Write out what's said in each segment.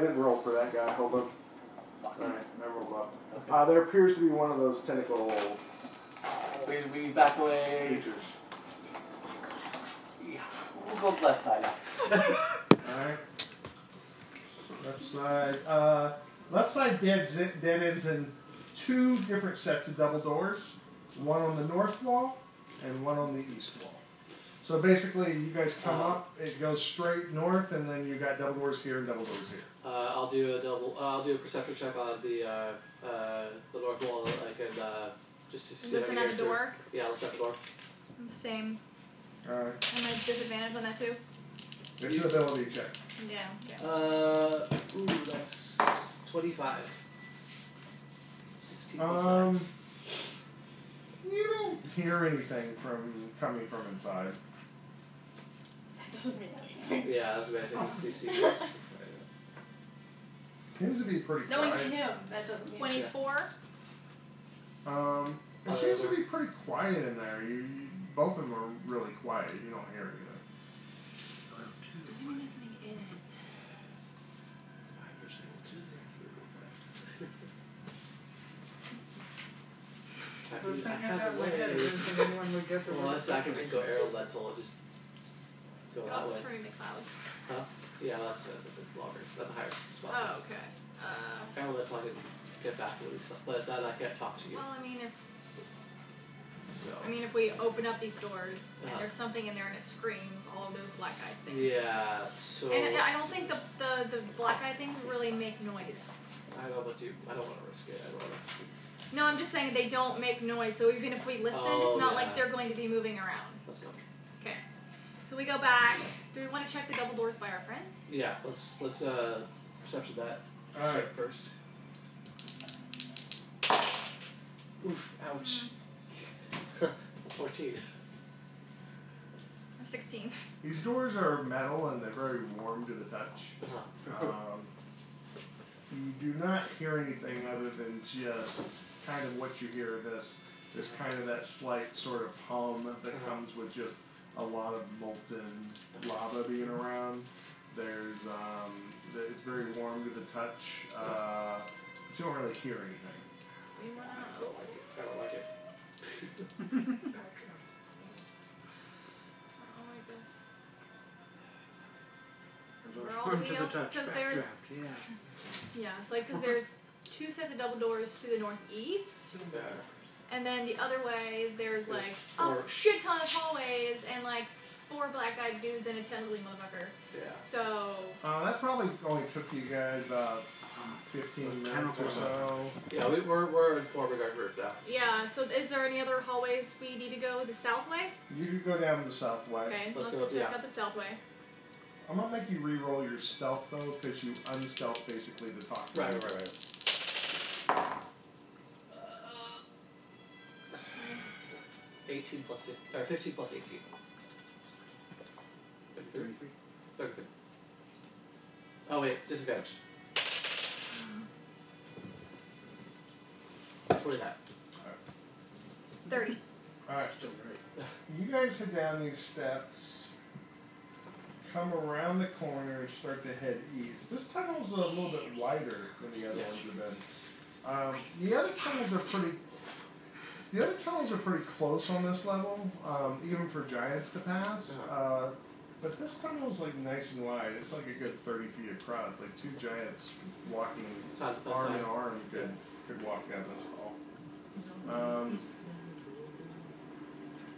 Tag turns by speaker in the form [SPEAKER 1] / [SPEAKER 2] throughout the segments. [SPEAKER 1] girl for that guy. Hold up. All right, never hold up.
[SPEAKER 2] Okay.
[SPEAKER 1] Uh, there appears to be one of those tentacle
[SPEAKER 2] We, we back away.
[SPEAKER 1] creatures.
[SPEAKER 2] Yeah, We'll go left side.
[SPEAKER 3] Alright. Left side. Uh, left side dead, dead ends in two different sets of double doors one on the north wall and one on the east wall. So basically, you guys come
[SPEAKER 4] Uh-huh.
[SPEAKER 3] up, it goes straight north, and then you got double doors here and double doors here.
[SPEAKER 4] Uh, I'll do a double. Uh, I'll do a perception check on the uh, uh, the north wall. I could uh, just to see. if I
[SPEAKER 5] Listen
[SPEAKER 4] can
[SPEAKER 5] at
[SPEAKER 4] get
[SPEAKER 5] the
[SPEAKER 4] through.
[SPEAKER 5] door.
[SPEAKER 4] Yeah, listen at the door.
[SPEAKER 5] Same.
[SPEAKER 3] Alright.
[SPEAKER 5] Am I disadvantaged on that too?
[SPEAKER 3] It's an ability check.
[SPEAKER 5] Yeah. Okay.
[SPEAKER 4] Uh, ooh, that's twenty-five. Sixteen plus nine.
[SPEAKER 3] Um, you don't hear anything from coming from inside.
[SPEAKER 5] That doesn't mean anything.
[SPEAKER 4] Yeah, that's what I think. it's CC.
[SPEAKER 3] Seems to be pretty
[SPEAKER 6] Knowing
[SPEAKER 3] quiet.
[SPEAKER 6] him, that doesn't mean.
[SPEAKER 5] Twenty-four.
[SPEAKER 3] Um, it
[SPEAKER 4] Uh,
[SPEAKER 3] seems to be pretty quiet in there. You, you both of them are really quiet. You don't hear anything.
[SPEAKER 5] Doesn't mean there's anything in it.
[SPEAKER 4] I have- I have a way. Unless I can just go arrow lentil, just go
[SPEAKER 5] It
[SPEAKER 4] that
[SPEAKER 5] also
[SPEAKER 4] way.
[SPEAKER 5] threw me cloud.
[SPEAKER 4] Yeah, that's a that's a longer. That's a higher spot.
[SPEAKER 5] Oh, okay. Uh,
[SPEAKER 4] Arrow lentil, I can get back at least, but that I can't talk to you.
[SPEAKER 5] well, I mean, if
[SPEAKER 4] So
[SPEAKER 5] I mean, if we open up these doors
[SPEAKER 4] Uh-huh.
[SPEAKER 5] and there's something in there and it screams, all of those black eyed things.
[SPEAKER 4] yeah, so
[SPEAKER 5] And I I don't think the the, the black eyed things really make noise.
[SPEAKER 4] I don't want to. I don't want to risk it. I don't want to.
[SPEAKER 5] No, I'm just saying they don't make noise. So even if we listen,
[SPEAKER 4] Oh,
[SPEAKER 5] it's not
[SPEAKER 4] yeah.
[SPEAKER 5] like they're going to be moving around.
[SPEAKER 4] Let's go.
[SPEAKER 5] Okay. So we go back. Do we want to check the double doors by our friends?
[SPEAKER 4] Yeah, let's let's uh perception that
[SPEAKER 3] All right.
[SPEAKER 4] shit first. Oof! Ouch. Fourteen.
[SPEAKER 5] I'm 16.
[SPEAKER 3] These doors are metal and they're very warm to the touch.
[SPEAKER 4] Uh-huh.
[SPEAKER 3] Um, you do not hear anything other than just kind of what you hear. This there's kind of that slight sort of hum that
[SPEAKER 4] Uh-huh.
[SPEAKER 3] comes with just a lot of molten lava being around. There's um, the- it's very warm to the touch. Uh, you don't really hear anything.
[SPEAKER 5] We want
[SPEAKER 4] I don't like it. I don't like it.
[SPEAKER 5] Oh, I guess. We're all
[SPEAKER 7] Respond to the
[SPEAKER 5] wheels,
[SPEAKER 7] touch.
[SPEAKER 5] 'cause there's-
[SPEAKER 7] Backdraft. Yeah.
[SPEAKER 5] Yeah, it's like because there's two sets of double doors to the northeast,
[SPEAKER 4] Yeah.
[SPEAKER 5] and then the other way there's like
[SPEAKER 4] There's
[SPEAKER 5] a
[SPEAKER 4] four.
[SPEAKER 5] shit ton of hallways and like four black eyed dudes and a tentacle motherfucker.
[SPEAKER 4] Yeah.
[SPEAKER 5] So
[SPEAKER 3] Uh, that probably only took you guys about
[SPEAKER 6] Um,
[SPEAKER 3] fifteen minutes or so.
[SPEAKER 4] Yeah, we, we're, we're informing our group now.
[SPEAKER 5] yeah, so is there any other hallways we need to go the south way?
[SPEAKER 3] You could go down the south way.
[SPEAKER 5] Okay,
[SPEAKER 4] Let's
[SPEAKER 5] let's,
[SPEAKER 4] go-
[SPEAKER 5] go check
[SPEAKER 4] yeah.
[SPEAKER 5] out the south way.
[SPEAKER 3] I'm gonna make you re-roll your stealth though, because you unstealth basically to talk. to
[SPEAKER 4] Right,
[SPEAKER 3] me.
[SPEAKER 4] right, right. Eighteen plus fifteen, or fifteen plus eighteen. Thirty-three. Thirty-three. Oh wait, disadvantage. Twenty-nine.
[SPEAKER 5] 30.
[SPEAKER 3] All right.
[SPEAKER 7] Still great.
[SPEAKER 3] You guys head down these steps, come around the corner, and start to head east. This tunnel's a little bit wider than the other ones have been. Um, the other tunnels are pretty. The other tunnels are pretty close on this level, um, even for giants to pass. Uh, but this tunnel's like nice and wide. It's like a good thirty feet across. Like two giants walking
[SPEAKER 4] Side by
[SPEAKER 3] arm in
[SPEAKER 4] side.
[SPEAKER 3] arm could could walk down this hall. Um,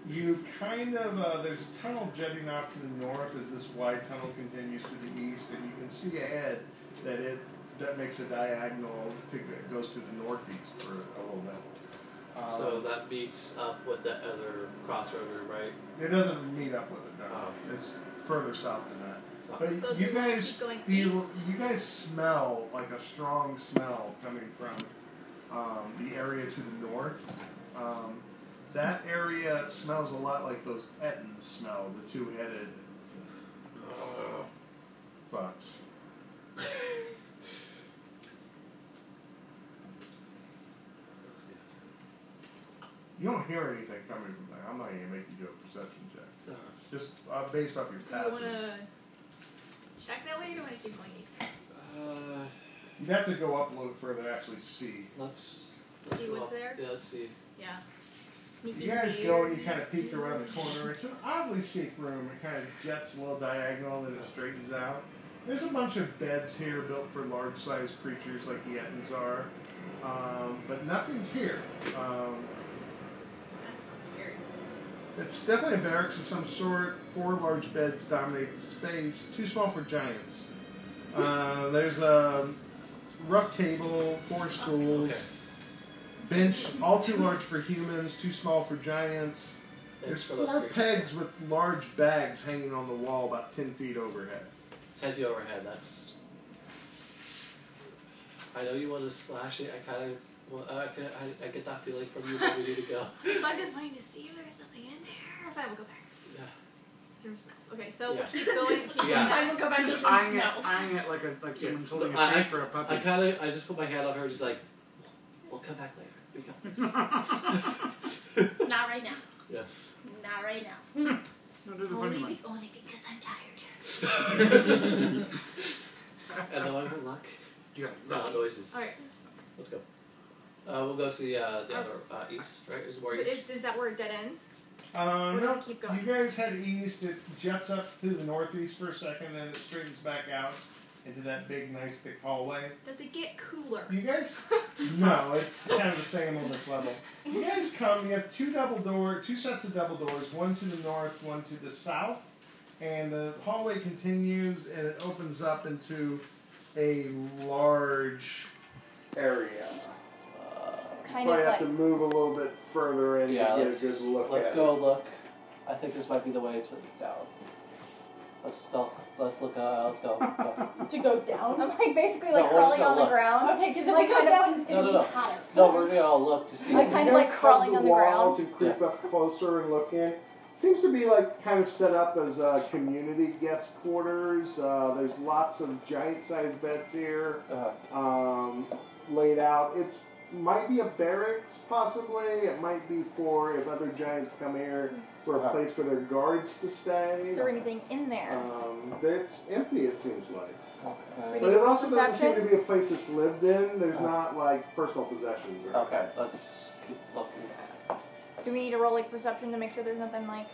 [SPEAKER 3] you kind of uh, there's a tunnel jutting off to the north as this wide tunnel continues to the east, and you can see ahead that it that makes a diagonal to, that goes to the northeast for a little bit. Um,
[SPEAKER 4] So that meets up with the other crossroad room, right?
[SPEAKER 3] it doesn't meet up with it. No,
[SPEAKER 4] Oh.
[SPEAKER 3] it's further south than that. But
[SPEAKER 5] So
[SPEAKER 3] you
[SPEAKER 5] do we wanna
[SPEAKER 3] guys,
[SPEAKER 5] keep going
[SPEAKER 3] do you,
[SPEAKER 5] east?
[SPEAKER 3] you guys smell like a strong smell coming from um, the area to the north. Um, that area smells a lot like those Ettins smell, the two-headed uh, fucks. You don't hear anything coming from there. I'm not even making you do a perception check.
[SPEAKER 4] Uh,
[SPEAKER 3] Just uh, based off your
[SPEAKER 5] Do we want
[SPEAKER 3] passes.
[SPEAKER 5] to check that way or do we want to keep going east?
[SPEAKER 4] Uh,
[SPEAKER 8] You'd have to go up a little further to actually see.
[SPEAKER 9] Let's
[SPEAKER 10] See
[SPEAKER 9] go up.
[SPEAKER 10] what's there?
[SPEAKER 9] Yeah, let's see.
[SPEAKER 10] Yeah. Sneaky
[SPEAKER 8] You guys go and you
[SPEAKER 10] bears.
[SPEAKER 8] kind of peek around the corner. It's an oddly shaped room. It kind of jets a little diagonal and it straightens out. There's a bunch of beds here built for large sized creatures like Yetins are, um, but nothing's here. Um,
[SPEAKER 10] That's not scary.
[SPEAKER 8] It's definitely a barracks of some sort. Four large beds dominate the space, too small for giants. Uh, there's a rough table, four stools,
[SPEAKER 9] Okay.
[SPEAKER 8] bench, all too large for humans, too small for giants.
[SPEAKER 9] Thanks
[SPEAKER 8] There's
[SPEAKER 9] for those
[SPEAKER 8] four
[SPEAKER 9] creatures.
[SPEAKER 8] pegs with large bags hanging on the wall about 10 feet overhead.
[SPEAKER 9] Ten feet overhead. That's. I know you want to slash it. I kind of. Well, I, can, I, I get that feeling from you, but we need to go.
[SPEAKER 10] So I'm just wanting to see if there's something in there. If I will go back.
[SPEAKER 9] Yeah.
[SPEAKER 10] This room smells. Okay, so
[SPEAKER 9] Yeah.
[SPEAKER 10] keep going. Keep
[SPEAKER 9] Yeah.
[SPEAKER 10] going. I will go back to
[SPEAKER 6] Just
[SPEAKER 10] the
[SPEAKER 6] eyeing it,
[SPEAKER 10] smells.
[SPEAKER 6] eyeing it like a like
[SPEAKER 9] Yeah,
[SPEAKER 6] someone's holding a
[SPEAKER 9] I-
[SPEAKER 6] treat for a
[SPEAKER 9] I
[SPEAKER 6] puppy.
[SPEAKER 9] kind of. I just put my hand on her. Just like, we'll, we'll come back later. We got this.
[SPEAKER 10] Not right now.
[SPEAKER 9] yes.
[SPEAKER 10] Not right now.
[SPEAKER 6] no, do the funny
[SPEAKER 10] Only,
[SPEAKER 6] one.
[SPEAKER 10] be- only because I'm tired.
[SPEAKER 9] and now I'm in luck.
[SPEAKER 6] Yeah,
[SPEAKER 9] No
[SPEAKER 6] look.
[SPEAKER 9] noises.
[SPEAKER 10] All right.
[SPEAKER 9] Let's go. Uh, we'll go to the uh, the other uh, east, right? Is more
[SPEAKER 10] But
[SPEAKER 9] east.
[SPEAKER 10] is, is that where it dead ends?
[SPEAKER 8] Uh,
[SPEAKER 10] We're
[SPEAKER 8] no,
[SPEAKER 10] gonna keep going.
[SPEAKER 8] You guys head east. It jets up through the northeast for a second, then it straightens back out into that big, nice, thick hallway.
[SPEAKER 10] Does it get cooler?
[SPEAKER 8] You guys, no, it's kind of the same on this level. You guys come. You have two double door, two sets of double doors. One to the north, one to the south, and the hallway continues and it opens up into a large area.
[SPEAKER 9] Uh,
[SPEAKER 5] Kind
[SPEAKER 3] Probably
[SPEAKER 5] of
[SPEAKER 3] have
[SPEAKER 5] like
[SPEAKER 3] to move a little bit further in
[SPEAKER 4] yeah,
[SPEAKER 3] to get a
[SPEAKER 4] let's,
[SPEAKER 3] good look
[SPEAKER 4] let's
[SPEAKER 3] at
[SPEAKER 4] go
[SPEAKER 3] it.
[SPEAKER 4] look. I think this might be the way to down. Let's stealth. Let's look. Uh, let's go. go.
[SPEAKER 5] to go down.
[SPEAKER 11] I'm like basically
[SPEAKER 4] No,
[SPEAKER 11] like
[SPEAKER 4] we're just
[SPEAKER 11] crawling on
[SPEAKER 4] gonna
[SPEAKER 11] the
[SPEAKER 4] look.
[SPEAKER 11] ground.
[SPEAKER 5] Okay, because if
[SPEAKER 11] Like
[SPEAKER 5] we go
[SPEAKER 11] kind of-
[SPEAKER 5] down, it's
[SPEAKER 4] No,
[SPEAKER 5] gonna
[SPEAKER 4] no,
[SPEAKER 5] be
[SPEAKER 4] no.
[SPEAKER 5] hotter.
[SPEAKER 4] no, we're gonna all look to see.
[SPEAKER 11] I
[SPEAKER 4] if
[SPEAKER 11] kind
[SPEAKER 4] there's-
[SPEAKER 11] of like
[SPEAKER 3] Just
[SPEAKER 11] crawling
[SPEAKER 3] hug
[SPEAKER 11] on the ground.
[SPEAKER 3] walls and creep up closer and look in. Seems to be like kind of set up as uh, community guest quarters. Uh, there's lots of giant-sized beds here.
[SPEAKER 4] Uh,
[SPEAKER 3] um, laid out. It's might be a barracks, possibly. It might be for if other giants come here for a place for their guards to stay.
[SPEAKER 5] Is there anything in there?
[SPEAKER 3] Um, it's empty. It seems like,
[SPEAKER 4] okay.
[SPEAKER 5] Pretty
[SPEAKER 3] but it also doesn't
[SPEAKER 5] perception?
[SPEAKER 3] seem to be a place that's lived in. There's
[SPEAKER 4] Uh.
[SPEAKER 3] not like personal possessions. Or
[SPEAKER 4] Okay, let's keep looking.
[SPEAKER 5] Do we need to roll like perception to make sure there's nothing like?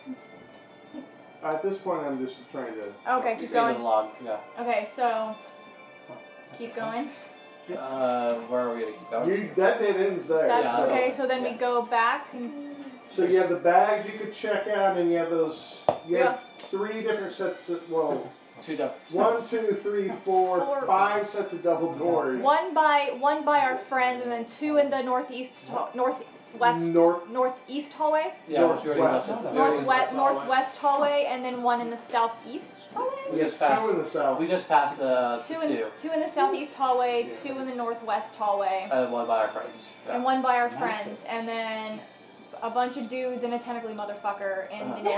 [SPEAKER 3] At this point, I'm just trying to.
[SPEAKER 5] Okay,
[SPEAKER 4] Just
[SPEAKER 5] keep
[SPEAKER 4] read
[SPEAKER 5] going.
[SPEAKER 4] the log. Yeah.
[SPEAKER 5] Okay, so keep going.
[SPEAKER 4] Uh, where are we gonna keep going?
[SPEAKER 3] You, that bit ends there.
[SPEAKER 5] That's
[SPEAKER 4] Yeah,
[SPEAKER 3] so.
[SPEAKER 4] that's
[SPEAKER 5] okay.
[SPEAKER 4] awesome.
[SPEAKER 5] So then we
[SPEAKER 4] Yeah.
[SPEAKER 5] go back. And,
[SPEAKER 3] So you have the bags you could check out, and you have those. You have three different sets of well.
[SPEAKER 4] Two different.
[SPEAKER 3] One, two, three, four,
[SPEAKER 5] Four.
[SPEAKER 3] five sets of double doors.
[SPEAKER 5] one by one by our friend, and then two in the northeast ha- northwest
[SPEAKER 3] North.
[SPEAKER 5] northeast hallway,
[SPEAKER 4] Yeah, which we already
[SPEAKER 3] Northwest.
[SPEAKER 4] left it. We already-
[SPEAKER 5] northwest northwest hallway, and then one in the southeast hallway.
[SPEAKER 4] We just
[SPEAKER 3] Two in
[SPEAKER 4] passed.
[SPEAKER 3] the south.
[SPEAKER 4] We just passed uh,
[SPEAKER 5] Two
[SPEAKER 4] two.
[SPEAKER 5] in two in the southeast hallway,
[SPEAKER 3] Yeah.
[SPEAKER 5] two in the northwest hallway.
[SPEAKER 4] And one by our friends. Yeah.
[SPEAKER 5] and one by our friends, and then a bunch of dudes and a tentacly motherfucker in the
[SPEAKER 4] Uh-huh.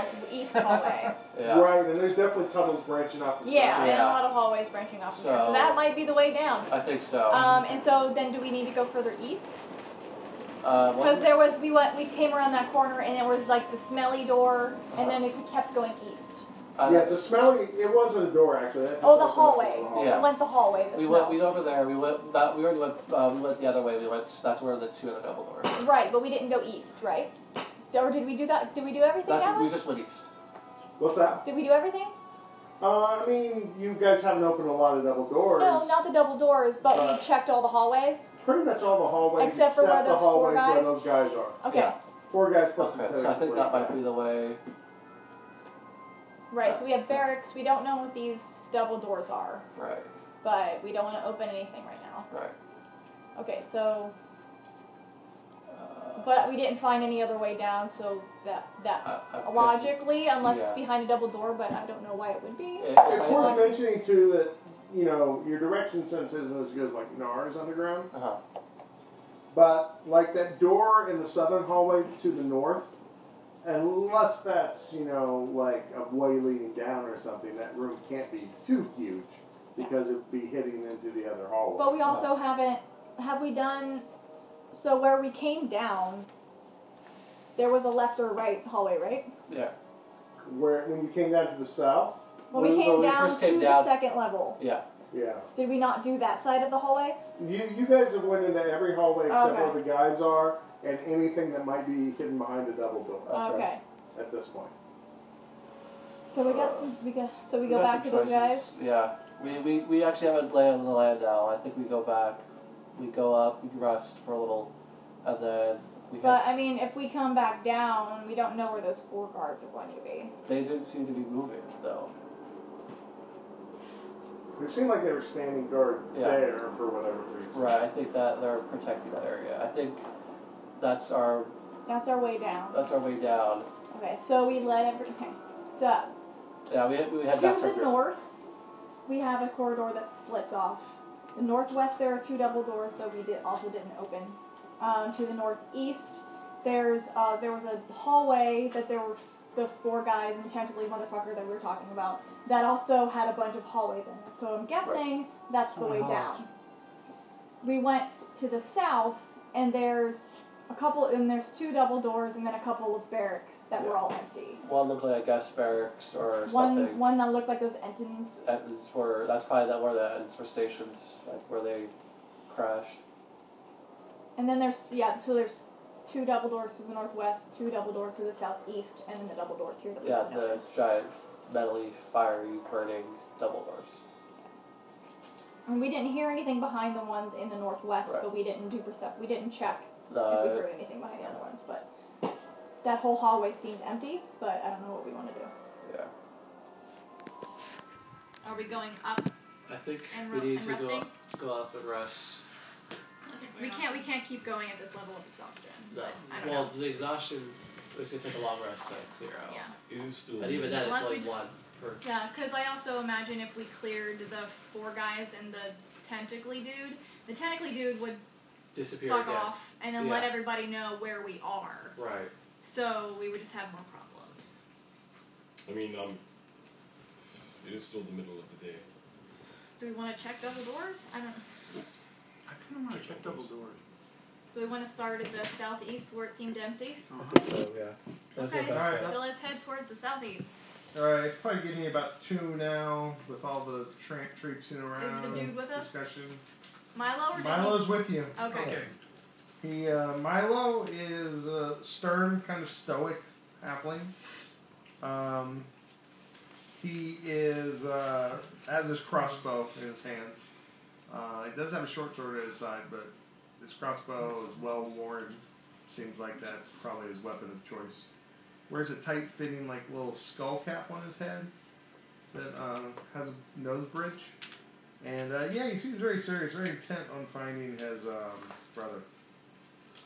[SPEAKER 5] northeast hallway.
[SPEAKER 4] yeah.
[SPEAKER 3] Right, and there's definitely tunnels branching off.
[SPEAKER 5] Yeah,
[SPEAKER 3] the
[SPEAKER 5] and a
[SPEAKER 4] Yeah.
[SPEAKER 5] lot of hallways branching off from there.
[SPEAKER 4] So-
[SPEAKER 5] So that might be the way down.
[SPEAKER 4] I think so.
[SPEAKER 5] Um, and so then do we need to go further east?
[SPEAKER 4] Uh,
[SPEAKER 5] Because
[SPEAKER 4] what,
[SPEAKER 5] there was we went we came around that corner and there was like the smelly door, and then it
[SPEAKER 4] Uh-huh.
[SPEAKER 5] kept going east.
[SPEAKER 4] uh,
[SPEAKER 3] yeah, it's a smelly. It wasn't a door actually. That just
[SPEAKER 5] Oh, the
[SPEAKER 3] opens up to
[SPEAKER 5] hallway.
[SPEAKER 4] Yeah.
[SPEAKER 5] It went the hallway. The
[SPEAKER 4] we
[SPEAKER 5] smell.
[SPEAKER 4] went. We went over there. We went. That we already went. Uh, we went the other way. We went. That's where the two and the double doors.
[SPEAKER 5] right, but we didn't go east, right? Or did we do that? Did we do everything,
[SPEAKER 4] That's we
[SPEAKER 5] Alice?
[SPEAKER 4] just went east.
[SPEAKER 3] What's that?
[SPEAKER 5] Did we do everything?
[SPEAKER 3] Uh, I mean, you guys haven't opened a lot of double doors.
[SPEAKER 5] No, not the double doors, but
[SPEAKER 3] Uh,
[SPEAKER 5] we checked all the hallways.
[SPEAKER 3] Pretty much all the hallways
[SPEAKER 5] Except for where
[SPEAKER 3] the
[SPEAKER 5] those four
[SPEAKER 3] hallways where
[SPEAKER 5] guys-
[SPEAKER 3] those guys are.
[SPEAKER 5] Okay.
[SPEAKER 4] Yeah.
[SPEAKER 3] Four guys plus
[SPEAKER 4] Okay.
[SPEAKER 3] the
[SPEAKER 4] So I think that might be the way.
[SPEAKER 5] Right, so we have barracks. We don't know what these double doors are,
[SPEAKER 4] Right.
[SPEAKER 5] but we don't want to open anything right now.
[SPEAKER 4] Right.
[SPEAKER 5] Okay, so
[SPEAKER 4] Uh,
[SPEAKER 5] but we didn't find any other way down, so that that
[SPEAKER 4] I, I guess
[SPEAKER 5] logically, unless
[SPEAKER 4] yeah.
[SPEAKER 5] it's behind a double door, but I don't know why it would be.
[SPEAKER 4] it- if I-
[SPEAKER 3] It's worth mentioning too that you know your direction sense isn't as good as like NARS underground.
[SPEAKER 4] uh-huh.
[SPEAKER 3] But like that door in the southern hallway to the north, unless that's you know like a way leading down or something, that room can't be too huge because it'd be hitting into the other hallway.
[SPEAKER 5] But we also haven't have we done so where we came down there was a left or right hallway, right?
[SPEAKER 4] Yeah.
[SPEAKER 3] Where when you came down to the south,
[SPEAKER 5] When we
[SPEAKER 4] When-
[SPEAKER 5] came
[SPEAKER 4] when we
[SPEAKER 5] down
[SPEAKER 4] first came
[SPEAKER 5] to
[SPEAKER 4] down-
[SPEAKER 5] the second level.
[SPEAKER 4] Yeah.
[SPEAKER 1] Yeah.
[SPEAKER 7] Did we not do that side of the hallway?
[SPEAKER 1] You you guys have went into every hallway except
[SPEAKER 7] Okay.
[SPEAKER 1] where the guys are, and anything that might be hidden behind a double door
[SPEAKER 7] Okay.
[SPEAKER 1] at this point.
[SPEAKER 7] So we got some. We got. So we go
[SPEAKER 2] got
[SPEAKER 7] back to
[SPEAKER 2] some
[SPEAKER 7] those guys.
[SPEAKER 2] choices. Yeah. We, we, we actually have a lay of the land now. I think we go back, we go up, we rest for a little, and then we head
[SPEAKER 7] But I mean, if we come back down, we don't know where those four guards are going to be.
[SPEAKER 2] They didn't seem to be moving though.
[SPEAKER 1] They seemed like they were standing guard
[SPEAKER 2] Yeah.
[SPEAKER 1] there for whatever reason.
[SPEAKER 2] Right, I think that they're protecting that area. I think that's our
[SPEAKER 7] That's our way down.
[SPEAKER 2] that's our way down.
[SPEAKER 7] Okay, so we let every. Okay, so
[SPEAKER 2] Yeah, we we
[SPEAKER 7] to
[SPEAKER 2] head back to our
[SPEAKER 7] the
[SPEAKER 2] group.
[SPEAKER 7] north, we have a corridor that splits off. The northwest, there are two double doors, though we did also didn't open. Um, to the northeast, there's uh, there was a hallway that there were the four guys and the tentacle motherfucker that we were talking about. That also had a bunch of hallways in it. So I'm guessing that's the
[SPEAKER 6] Oh,
[SPEAKER 7] way
[SPEAKER 6] hallways.
[SPEAKER 7] down. We went to the south, and there's a couple, and there's two double doors, and then a couple of barracks that were
[SPEAKER 2] Yeah.
[SPEAKER 7] all empty.
[SPEAKER 2] One looked like a gas barracks or
[SPEAKER 7] One
[SPEAKER 2] something.
[SPEAKER 7] one that looked like those Entons
[SPEAKER 2] Evans were that's probably that where the Evans were stationed, like where they crashed.
[SPEAKER 7] And then there's yeah, so there's two double doors to the northwest, two double doors to the southeast, and then the double doors here that we
[SPEAKER 2] Yeah,
[SPEAKER 7] don't know.
[SPEAKER 2] the giant metally fiery burning double doors.
[SPEAKER 7] And we didn't hear anything behind the ones in the northwest,
[SPEAKER 2] Right.
[SPEAKER 7] but we didn't do percept we didn't check
[SPEAKER 4] Uh,
[SPEAKER 7] if we
[SPEAKER 2] The
[SPEAKER 7] heard anything behind the other ones, but that whole hallway seemed empty, but I don't know what we want to do.
[SPEAKER 2] yeah.
[SPEAKER 5] Are we going up
[SPEAKER 4] I think
[SPEAKER 5] and,
[SPEAKER 4] we
[SPEAKER 5] ru-
[SPEAKER 4] need
[SPEAKER 5] and
[SPEAKER 4] to go
[SPEAKER 5] resting?
[SPEAKER 4] up, go up and rest.
[SPEAKER 5] We can't. We can't keep going at this level of exhaustion.
[SPEAKER 4] No.
[SPEAKER 5] But I don't
[SPEAKER 4] Well,
[SPEAKER 5] know.
[SPEAKER 4] the exhaustion is going to take a long rest to clear out.
[SPEAKER 5] Yeah.
[SPEAKER 12] It is still.
[SPEAKER 4] And even then,
[SPEAKER 5] Unless
[SPEAKER 4] it's
[SPEAKER 5] we
[SPEAKER 4] only
[SPEAKER 5] just-
[SPEAKER 4] one. Per,
[SPEAKER 5] Yeah, because I also imagine if we cleared the four guys and the tentacly dude, the tentacly dude would
[SPEAKER 4] disappear
[SPEAKER 5] fuck
[SPEAKER 4] again.
[SPEAKER 5] off and then let
[SPEAKER 4] Yeah.
[SPEAKER 5] everybody know where we are.
[SPEAKER 4] Right.
[SPEAKER 5] So we would just have more problems.
[SPEAKER 12] I mean, um, it is still the middle of the day.
[SPEAKER 5] Do we want to check double doors? I don't.
[SPEAKER 6] I kind of want to check double doors.
[SPEAKER 5] Do we want to start at the southeast where it seemed empty?
[SPEAKER 2] So yeah. That's
[SPEAKER 5] Okay,
[SPEAKER 2] what that's-
[SPEAKER 3] Alright.
[SPEAKER 5] so let's head towards the southeast.
[SPEAKER 3] Alright, it's probably getting about two now with all the tramp traipsing around.
[SPEAKER 5] dude with us?
[SPEAKER 3] Discussion.
[SPEAKER 5] Milo or
[SPEAKER 3] Milo's with you.
[SPEAKER 5] Dougie? Okay.
[SPEAKER 6] Okay.
[SPEAKER 3] He uh, Milo is a stern, kind of stoic halfling. Um, he is uh, has his crossbow in his hands. Uh, he does have a short sword at his side, but his crossbow is well worn. Seems like that's probably his weapon of choice. Wears a tight fitting like little skull cap on his head that uh, has a nose bridge. And uh, yeah, he seems very serious, very intent on finding his um, brother.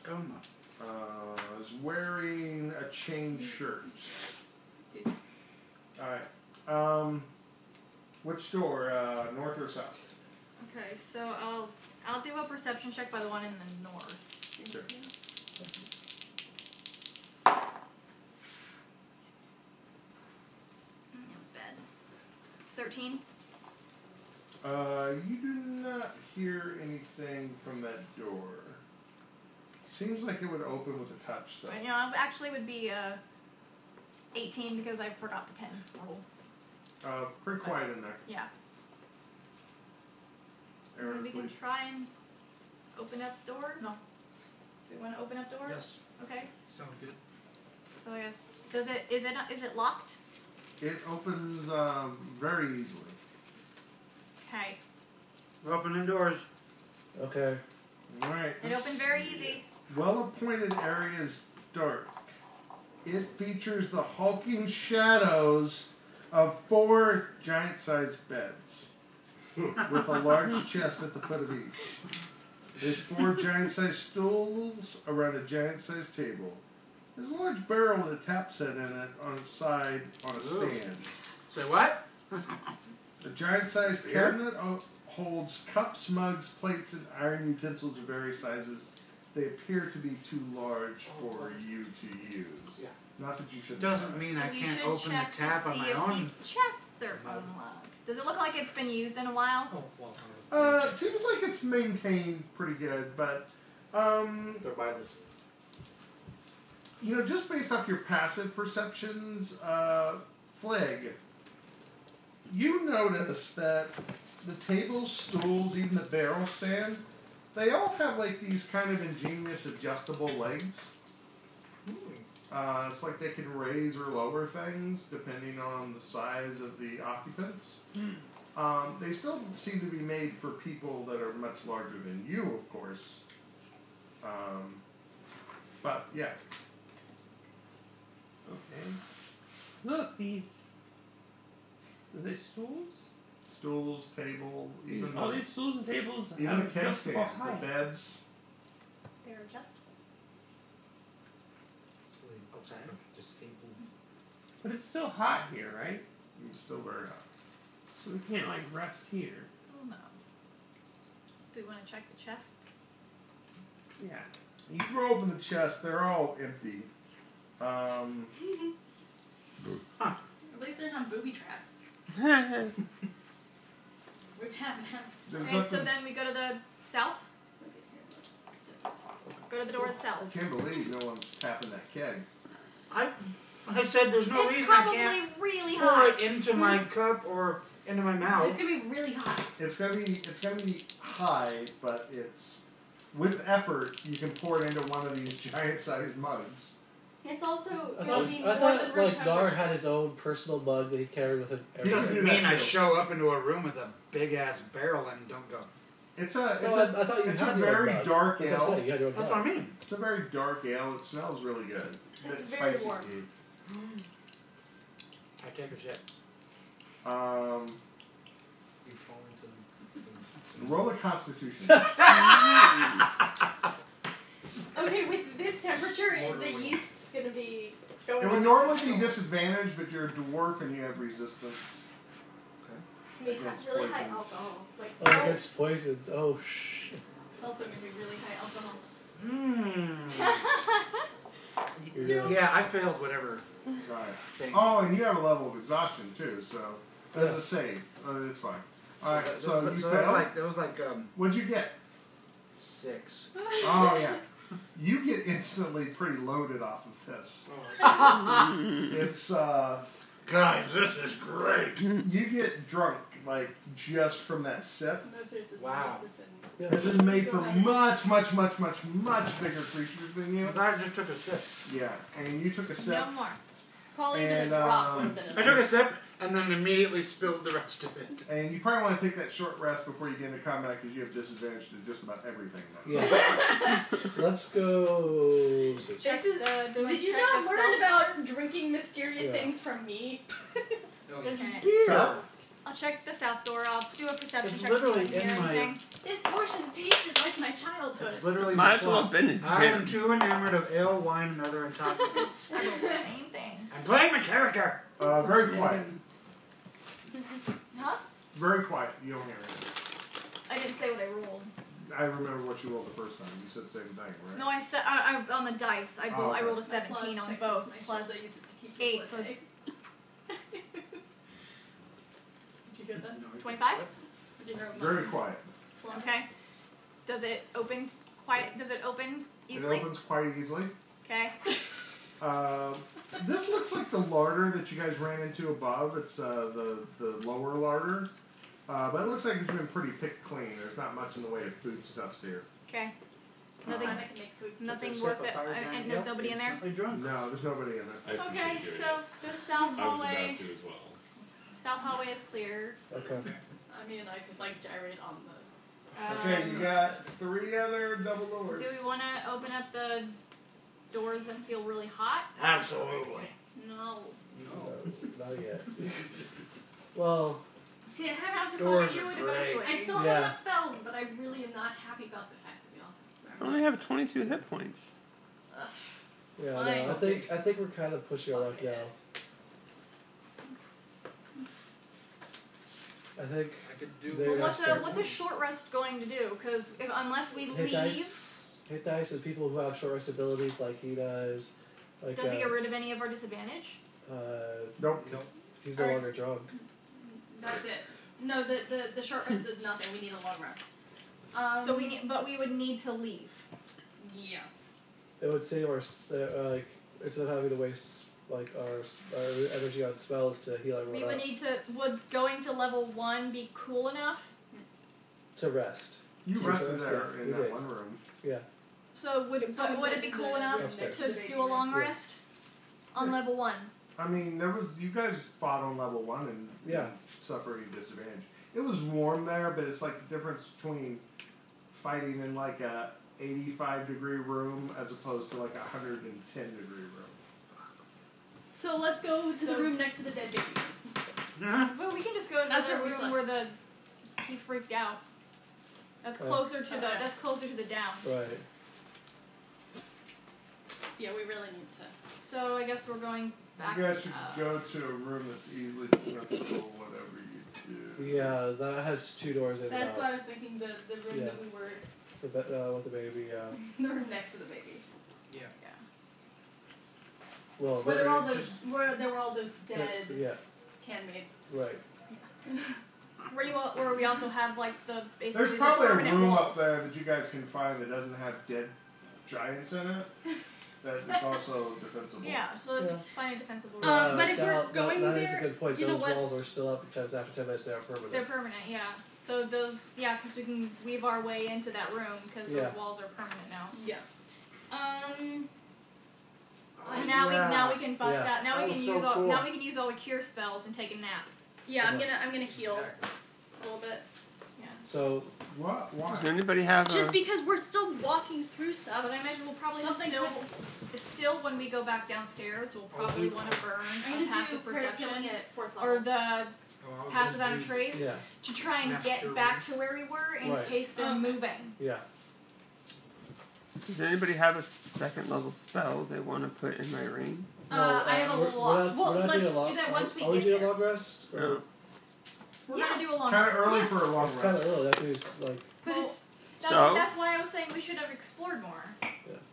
[SPEAKER 6] Goma.
[SPEAKER 3] Uh, is wearing a chain shirt. Alright. Um, which door? Uh, north or south?
[SPEAKER 5] Okay, so I'll I'll do a perception check by the one in the north.
[SPEAKER 3] Sure.
[SPEAKER 5] Mm, That was bad. Thirteen.
[SPEAKER 3] Uh, you do not hear anything from that door. Seems like it would open with a touch,
[SPEAKER 5] But,
[SPEAKER 3] though.
[SPEAKER 5] you know, it actually would be uh, eighteen because I forgot the ten rule.
[SPEAKER 3] Uh, pretty quiet in there.
[SPEAKER 5] Yeah.
[SPEAKER 3] Everyone
[SPEAKER 5] we can
[SPEAKER 3] asleep.
[SPEAKER 5] try and open up doors. No. Do we want to open up doors?
[SPEAKER 6] Yes.
[SPEAKER 5] Okay.
[SPEAKER 6] Sounds good.
[SPEAKER 5] So I guess does it is it is it locked?
[SPEAKER 3] It opens um, very easily.
[SPEAKER 5] Okay.
[SPEAKER 6] We're opening doors.
[SPEAKER 2] Okay.
[SPEAKER 3] Alright.
[SPEAKER 5] It
[SPEAKER 3] this-
[SPEAKER 5] opened very easy.
[SPEAKER 3] Well appointed areas dark. It features the hulking shadows of four giant sized beds with a large chest at the foot of each. There's four giant sized stools around a giant sized table. There's a large barrel with a tap set in it on its side on a
[SPEAKER 6] Ooh.
[SPEAKER 3] stand.
[SPEAKER 6] Say what?
[SPEAKER 3] The giant sized
[SPEAKER 6] Beer?
[SPEAKER 3] cabinet o- holds cups, mugs, plates, and iron utensils of various sizes. They appear to be too large for you to use.
[SPEAKER 4] Yeah.
[SPEAKER 3] Not that you should.
[SPEAKER 6] Doesn't mean I
[SPEAKER 5] we
[SPEAKER 6] can't
[SPEAKER 5] should
[SPEAKER 6] open
[SPEAKER 5] check
[SPEAKER 6] the tap
[SPEAKER 5] to
[SPEAKER 6] on
[SPEAKER 5] see
[SPEAKER 6] my
[SPEAKER 5] if
[SPEAKER 6] own.
[SPEAKER 5] these chests are unlocked. Does it look like it's been used in a while?
[SPEAKER 4] Oh, well,
[SPEAKER 3] Uh, it seems like it's maintained pretty good, but um,
[SPEAKER 4] they're mindless.
[SPEAKER 3] you know, just based off your passive perceptions, uh, Flig, you notice that the tables, stools, even the barrel stand, they all have like these kind of ingenious adjustable legs. Uh, it's like they can raise or lower things depending on the size of the occupants. Um, they still seem to be made for people that are much larger than you, of course. Um, but yeah.
[SPEAKER 13] Okay. Look, these. Are they stools?
[SPEAKER 3] Stools, table, even
[SPEAKER 13] All
[SPEAKER 3] the,
[SPEAKER 13] these stools and tables.
[SPEAKER 3] even
[SPEAKER 13] have
[SPEAKER 3] the
[SPEAKER 13] adjustable
[SPEAKER 3] kickstand,
[SPEAKER 13] height.
[SPEAKER 3] the beds.
[SPEAKER 5] They're adjustable.
[SPEAKER 13] But it's still hot here, right?
[SPEAKER 3] It's still very hot.
[SPEAKER 13] So we can't like rest here.
[SPEAKER 5] Oh no. Do we want to check the chest?
[SPEAKER 13] Yeah.
[SPEAKER 3] You throw open the chest, they're all empty. Um,
[SPEAKER 5] At least they're not booby trapped. We've had them.
[SPEAKER 3] there's
[SPEAKER 5] okay,
[SPEAKER 3] nothing.
[SPEAKER 5] so then we go to the south. Go to the door itself.
[SPEAKER 3] I can't believe no one's tapping that keg.
[SPEAKER 6] I, I said there's no
[SPEAKER 5] it's
[SPEAKER 6] reason I can't
[SPEAKER 5] probably really
[SPEAKER 6] pour
[SPEAKER 5] hot. Hmm.
[SPEAKER 6] it into my cup or into my
[SPEAKER 5] It's
[SPEAKER 6] mouth.
[SPEAKER 5] gonna be really hot.
[SPEAKER 3] It's gonna be it's gonna be high, but it's with effort you can pour it into one of these giant sized mugs.
[SPEAKER 5] It's also
[SPEAKER 2] I
[SPEAKER 5] gonna
[SPEAKER 2] thought,
[SPEAKER 5] be more
[SPEAKER 2] I thought
[SPEAKER 5] than room
[SPEAKER 2] like Nar
[SPEAKER 5] temperature.
[SPEAKER 2] had his own personal mug that he carried with him.
[SPEAKER 6] It
[SPEAKER 2] everywhere.
[SPEAKER 3] does do
[SPEAKER 6] doesn't
[SPEAKER 3] that
[SPEAKER 6] mean I
[SPEAKER 3] too.
[SPEAKER 6] show up into a room with a big ass barrel and don't go.
[SPEAKER 3] It's a it's
[SPEAKER 2] No,
[SPEAKER 3] a
[SPEAKER 2] I- I thought you
[SPEAKER 3] it's
[SPEAKER 2] had
[SPEAKER 3] a
[SPEAKER 2] your own
[SPEAKER 3] very
[SPEAKER 2] mug.
[SPEAKER 3] dark
[SPEAKER 2] That's what I'm
[SPEAKER 3] ale.
[SPEAKER 2] saying, You had your own
[SPEAKER 6] That's
[SPEAKER 2] mug.
[SPEAKER 6] what I mean.
[SPEAKER 3] It's a very dark ale. It smells really good.
[SPEAKER 5] It's
[SPEAKER 3] That
[SPEAKER 5] very
[SPEAKER 3] spicy
[SPEAKER 5] warm.
[SPEAKER 3] tea.
[SPEAKER 6] I take a shit.
[SPEAKER 3] Um,
[SPEAKER 4] You fall into
[SPEAKER 3] roll a Um, Constitution.
[SPEAKER 5] Okay, with this temperature, it, the yeast's gonna be going.
[SPEAKER 3] it would normally be disadvantage, but you're a dwarf and you have resistance.
[SPEAKER 5] I mean,
[SPEAKER 3] against
[SPEAKER 5] really high
[SPEAKER 3] poisons.
[SPEAKER 5] alcohol. Like,
[SPEAKER 2] Oh, I guess poisons. Oh shit.
[SPEAKER 5] it's also gonna be really high alcohol.
[SPEAKER 6] Hmm.
[SPEAKER 2] You're doing-
[SPEAKER 6] Yeah, I failed whatever
[SPEAKER 3] Right.
[SPEAKER 6] thing.
[SPEAKER 3] Oh, and you have a level of exhaustion too, so that's
[SPEAKER 2] Yeah.
[SPEAKER 3] a save. Uh, it's fine. All right,
[SPEAKER 6] That-
[SPEAKER 3] so,
[SPEAKER 6] that-
[SPEAKER 3] you
[SPEAKER 6] so
[SPEAKER 3] failed.
[SPEAKER 6] that was like that was like um
[SPEAKER 3] What'd you get?
[SPEAKER 6] six.
[SPEAKER 3] Oh yeah, you get instantly pretty loaded off of this. it's uh,
[SPEAKER 6] Guys, this is great.
[SPEAKER 3] you get drunk like just from that sip.
[SPEAKER 5] No, seriously,
[SPEAKER 6] Wow.
[SPEAKER 5] this isn't-
[SPEAKER 2] yeah.
[SPEAKER 3] This is made for much, much, much, much, much bigger creatures than you.
[SPEAKER 6] I just took a sip.
[SPEAKER 3] Yeah, and you took a sip.
[SPEAKER 5] No more. Probably
[SPEAKER 3] And,
[SPEAKER 5] gonna drop
[SPEAKER 3] um,
[SPEAKER 5] one of
[SPEAKER 6] I
[SPEAKER 5] those.
[SPEAKER 6] took a sip and then immediately spilled the rest of it.
[SPEAKER 3] And you probably want to take that short rest before you get into combat because you have disadvantage to just about everything. Now.
[SPEAKER 2] Yeah. Let's go.
[SPEAKER 5] This is. Uh, do I
[SPEAKER 10] Did you
[SPEAKER 5] check
[SPEAKER 10] not
[SPEAKER 5] the
[SPEAKER 10] learn
[SPEAKER 5] self-
[SPEAKER 10] about drinking mysterious
[SPEAKER 2] Yeah.
[SPEAKER 10] things from me?
[SPEAKER 5] Okay.
[SPEAKER 6] So,
[SPEAKER 5] I'll check the south door. I'll do a perception
[SPEAKER 2] It's
[SPEAKER 5] check. to see if I
[SPEAKER 2] literally
[SPEAKER 5] can
[SPEAKER 2] in
[SPEAKER 5] hear
[SPEAKER 2] my-
[SPEAKER 5] anything.
[SPEAKER 10] This portion tasted like my childhood.
[SPEAKER 6] it's literally
[SPEAKER 13] Might
[SPEAKER 6] my
[SPEAKER 13] as well
[SPEAKER 6] fault.
[SPEAKER 13] have been in
[SPEAKER 3] Ah.
[SPEAKER 6] I am
[SPEAKER 13] jail.
[SPEAKER 6] too enamored of ale, wine, and other intoxicants.
[SPEAKER 5] I rolled the same thing.
[SPEAKER 6] I'm playing my character.
[SPEAKER 3] Uh, very quiet.
[SPEAKER 5] Huh?
[SPEAKER 3] Very quiet. You don't hear anything.
[SPEAKER 5] I didn't say what I rolled.
[SPEAKER 3] I remember what you rolled the first time. You said same thing, right?
[SPEAKER 5] No, I said I, I, on the dice. I, rolled,
[SPEAKER 3] Oh, okay.
[SPEAKER 5] I rolled a
[SPEAKER 10] My plus
[SPEAKER 5] seventeen on
[SPEAKER 10] six
[SPEAKER 5] both
[SPEAKER 10] is my
[SPEAKER 5] plus.
[SPEAKER 10] shield, I use it to keep
[SPEAKER 5] eight,
[SPEAKER 10] it
[SPEAKER 5] so I-
[SPEAKER 10] away. Did you get that?
[SPEAKER 5] Twenty-five.
[SPEAKER 10] Did you know
[SPEAKER 3] Very
[SPEAKER 10] mine?
[SPEAKER 3] quiet.
[SPEAKER 10] Plus-
[SPEAKER 5] Okay. Does it open quiet? Does it open easily?
[SPEAKER 3] It opens quite easily.
[SPEAKER 5] Okay.
[SPEAKER 3] Uh, this looks like the larder that you guys ran into above. It's uh, the the lower larder, uh, but it looks like it's been pretty picked clean. There's not much in the way of food stuffs here.
[SPEAKER 5] Okay. Nothing.
[SPEAKER 10] Mine I can make food.
[SPEAKER 5] Nothing
[SPEAKER 6] Except
[SPEAKER 5] worth
[SPEAKER 6] the
[SPEAKER 5] it.
[SPEAKER 6] fire
[SPEAKER 5] I-
[SPEAKER 6] giant
[SPEAKER 5] and there's
[SPEAKER 6] yelp
[SPEAKER 5] nobody in there.
[SPEAKER 6] instantly drunk.
[SPEAKER 3] No, there's nobody in it.
[SPEAKER 12] I appreciate
[SPEAKER 5] Okay,
[SPEAKER 12] you doing
[SPEAKER 5] so the south
[SPEAKER 12] it. I was
[SPEAKER 5] hallway.
[SPEAKER 12] about to as well.
[SPEAKER 5] South hallway is clear.
[SPEAKER 2] Okay.
[SPEAKER 10] I mean, I could like gyrate on the.
[SPEAKER 5] Um,
[SPEAKER 3] Okay, you got three other double doors.
[SPEAKER 5] do we want to open up the doors that feel really hot?
[SPEAKER 6] Absolutely.
[SPEAKER 5] No.
[SPEAKER 2] No, not yet. Well,
[SPEAKER 10] Yeah, I have to
[SPEAKER 6] Doors
[SPEAKER 10] do
[SPEAKER 6] are
[SPEAKER 10] it
[SPEAKER 6] great.
[SPEAKER 10] eventually. I still
[SPEAKER 2] Yeah.
[SPEAKER 10] have enough spells, but I really am not happy about the fact that we all have
[SPEAKER 13] I
[SPEAKER 10] to remember.
[SPEAKER 13] only have 22 hit points.
[SPEAKER 2] yeah,
[SPEAKER 5] Fine.
[SPEAKER 2] no, I think I think we're kind of pushing our luck now. I think
[SPEAKER 4] I could do.
[SPEAKER 2] There
[SPEAKER 5] Well,
[SPEAKER 2] you
[SPEAKER 5] what's
[SPEAKER 2] go.
[SPEAKER 5] a what's a short rest going to do? Because unless we
[SPEAKER 2] hit
[SPEAKER 5] leave,
[SPEAKER 2] dice, hit dice, and people who have short rest abilities like he does, like
[SPEAKER 5] does
[SPEAKER 2] uh,
[SPEAKER 5] he get rid of any of our disadvantage?
[SPEAKER 2] uh,
[SPEAKER 3] Nope.
[SPEAKER 4] Nope.
[SPEAKER 2] he's no
[SPEAKER 10] Alright.
[SPEAKER 2] longer drunk.
[SPEAKER 10] That's it. No, the, the, the short rest does nothing. We need a long rest. Um,
[SPEAKER 5] so we need, but we would need to leave.
[SPEAKER 10] Yeah.
[SPEAKER 2] It would save our s- uh, uh, like instead of having to waste like our, s- our energy on spells to heal
[SPEAKER 5] We
[SPEAKER 2] everyone.
[SPEAKER 5] would
[SPEAKER 2] up.
[SPEAKER 5] need to. Would going to level one be cool enough
[SPEAKER 4] to rest.
[SPEAKER 3] You
[SPEAKER 4] Two
[SPEAKER 3] rested
[SPEAKER 4] rooms,
[SPEAKER 3] there
[SPEAKER 4] yeah,
[SPEAKER 3] in
[SPEAKER 4] we
[SPEAKER 3] that
[SPEAKER 4] did.
[SPEAKER 3] one room.
[SPEAKER 4] Yeah.
[SPEAKER 5] So would it, but would it be cool enough
[SPEAKER 4] Upstairs.
[SPEAKER 5] to do a long
[SPEAKER 4] Yeah.
[SPEAKER 5] rest on level one?
[SPEAKER 3] I mean, there was you guys fought on level one and
[SPEAKER 4] Yeah.
[SPEAKER 3] suffered a disadvantage. It was warm there, but it's like the difference between fighting in like a 85 degree room as opposed to like a 110 degree room.
[SPEAKER 10] So let's go to the
[SPEAKER 5] So-
[SPEAKER 10] room next to the dead baby.
[SPEAKER 5] Well, we can just go to
[SPEAKER 10] That's
[SPEAKER 5] the
[SPEAKER 10] where we
[SPEAKER 5] room
[SPEAKER 10] slept.
[SPEAKER 5] where the he freaked out. That's
[SPEAKER 4] Oh.
[SPEAKER 5] closer to the
[SPEAKER 10] Okay.
[SPEAKER 5] that's closer to the down.
[SPEAKER 2] Uh,
[SPEAKER 4] Right.
[SPEAKER 10] Yeah, we really need to.
[SPEAKER 5] So I guess we're going back.
[SPEAKER 3] you guys should
[SPEAKER 5] uh,
[SPEAKER 3] go to a room that's easily defensible, whatever you do.
[SPEAKER 4] Yeah, that has two doors in
[SPEAKER 10] That's
[SPEAKER 4] and
[SPEAKER 10] why I
[SPEAKER 4] out.
[SPEAKER 10] was thinking the, the room
[SPEAKER 4] Yeah.
[SPEAKER 10] that we were,
[SPEAKER 4] With the, uh, with the baby, yeah.
[SPEAKER 10] the room next to the baby.
[SPEAKER 4] Well,
[SPEAKER 10] Where there were all those,
[SPEAKER 4] just-
[SPEAKER 10] where there were all those dead
[SPEAKER 4] Yeah,
[SPEAKER 10] handmaids.
[SPEAKER 4] right.
[SPEAKER 5] where you al- where we also have like the basically
[SPEAKER 3] There's
[SPEAKER 5] the
[SPEAKER 3] probably a
[SPEAKER 5] permanent
[SPEAKER 3] room
[SPEAKER 5] walls.
[SPEAKER 3] up there that you guys can find that doesn't have dead giants in it. That is also defensible.
[SPEAKER 5] Yeah, so let's
[SPEAKER 4] Yeah.
[SPEAKER 5] just find a defensible room.
[SPEAKER 10] Um, but if
[SPEAKER 4] Uh, that-
[SPEAKER 10] we're
[SPEAKER 4] that-
[SPEAKER 10] going
[SPEAKER 4] that is
[SPEAKER 10] there-
[SPEAKER 4] a good point.
[SPEAKER 10] you know
[SPEAKER 4] Those
[SPEAKER 10] what?
[SPEAKER 4] walls are still up because after ten minutes they are permanent.
[SPEAKER 5] They're permanent, yeah. So those, yeah, because we can weave our way into that room because
[SPEAKER 4] Yeah.
[SPEAKER 5] the walls are permanent now.
[SPEAKER 10] Yeah.
[SPEAKER 5] Um,
[SPEAKER 10] Oh,
[SPEAKER 5] now we now we can bust
[SPEAKER 4] Yeah.
[SPEAKER 5] out. Now
[SPEAKER 1] That
[SPEAKER 5] we can
[SPEAKER 1] was
[SPEAKER 5] use
[SPEAKER 1] so
[SPEAKER 5] all
[SPEAKER 1] cool.
[SPEAKER 5] now we can use all the cure spells and take a nap.
[SPEAKER 10] Yeah, I'm gonna I'm gonna heal a little bit.
[SPEAKER 4] So
[SPEAKER 3] What? Why?
[SPEAKER 13] Does anybody have
[SPEAKER 10] Just
[SPEAKER 13] a...
[SPEAKER 10] because we're still walking through stuff.
[SPEAKER 5] But I imagine we'll probably
[SPEAKER 10] Something
[SPEAKER 5] still
[SPEAKER 10] cool.
[SPEAKER 5] still when we go back downstairs, we'll probably want to burn
[SPEAKER 10] I'm
[SPEAKER 5] a
[SPEAKER 10] gonna
[SPEAKER 5] passive
[SPEAKER 10] do
[SPEAKER 5] perception
[SPEAKER 10] perception at fourth level.
[SPEAKER 5] or the
[SPEAKER 6] Oh, I was
[SPEAKER 5] passive
[SPEAKER 6] gonna
[SPEAKER 5] on a
[SPEAKER 6] do-
[SPEAKER 5] trace
[SPEAKER 4] yeah,
[SPEAKER 5] to try and
[SPEAKER 6] Master
[SPEAKER 5] get back to where we were in
[SPEAKER 4] Right.
[SPEAKER 5] case they're
[SPEAKER 10] Um,
[SPEAKER 5] moving.
[SPEAKER 4] yeah.
[SPEAKER 13] Does anybody have a second level spell they want to put in my ring?
[SPEAKER 10] Uh,
[SPEAKER 4] No,
[SPEAKER 10] I have a
[SPEAKER 4] we're-
[SPEAKER 10] little
[SPEAKER 4] we're
[SPEAKER 10] lock.
[SPEAKER 4] not-
[SPEAKER 5] Well,
[SPEAKER 4] we're not doing
[SPEAKER 5] let's
[SPEAKER 4] a lock-
[SPEAKER 5] do that once we
[SPEAKER 4] Are we
[SPEAKER 5] get
[SPEAKER 4] doing a
[SPEAKER 5] there.
[SPEAKER 4] long rest?
[SPEAKER 5] Uh,
[SPEAKER 4] Or-
[SPEAKER 13] No.
[SPEAKER 5] We're
[SPEAKER 10] Yeah.
[SPEAKER 5] gonna do a long
[SPEAKER 3] Kind of
[SPEAKER 5] rest.
[SPEAKER 3] early
[SPEAKER 5] Yeah.
[SPEAKER 3] for a long
[SPEAKER 4] It's
[SPEAKER 3] rest.
[SPEAKER 4] kind of early. That means like
[SPEAKER 5] But
[SPEAKER 10] Well,
[SPEAKER 5] it's that's,
[SPEAKER 13] So?
[SPEAKER 5] that's why I was saying we should have explored more.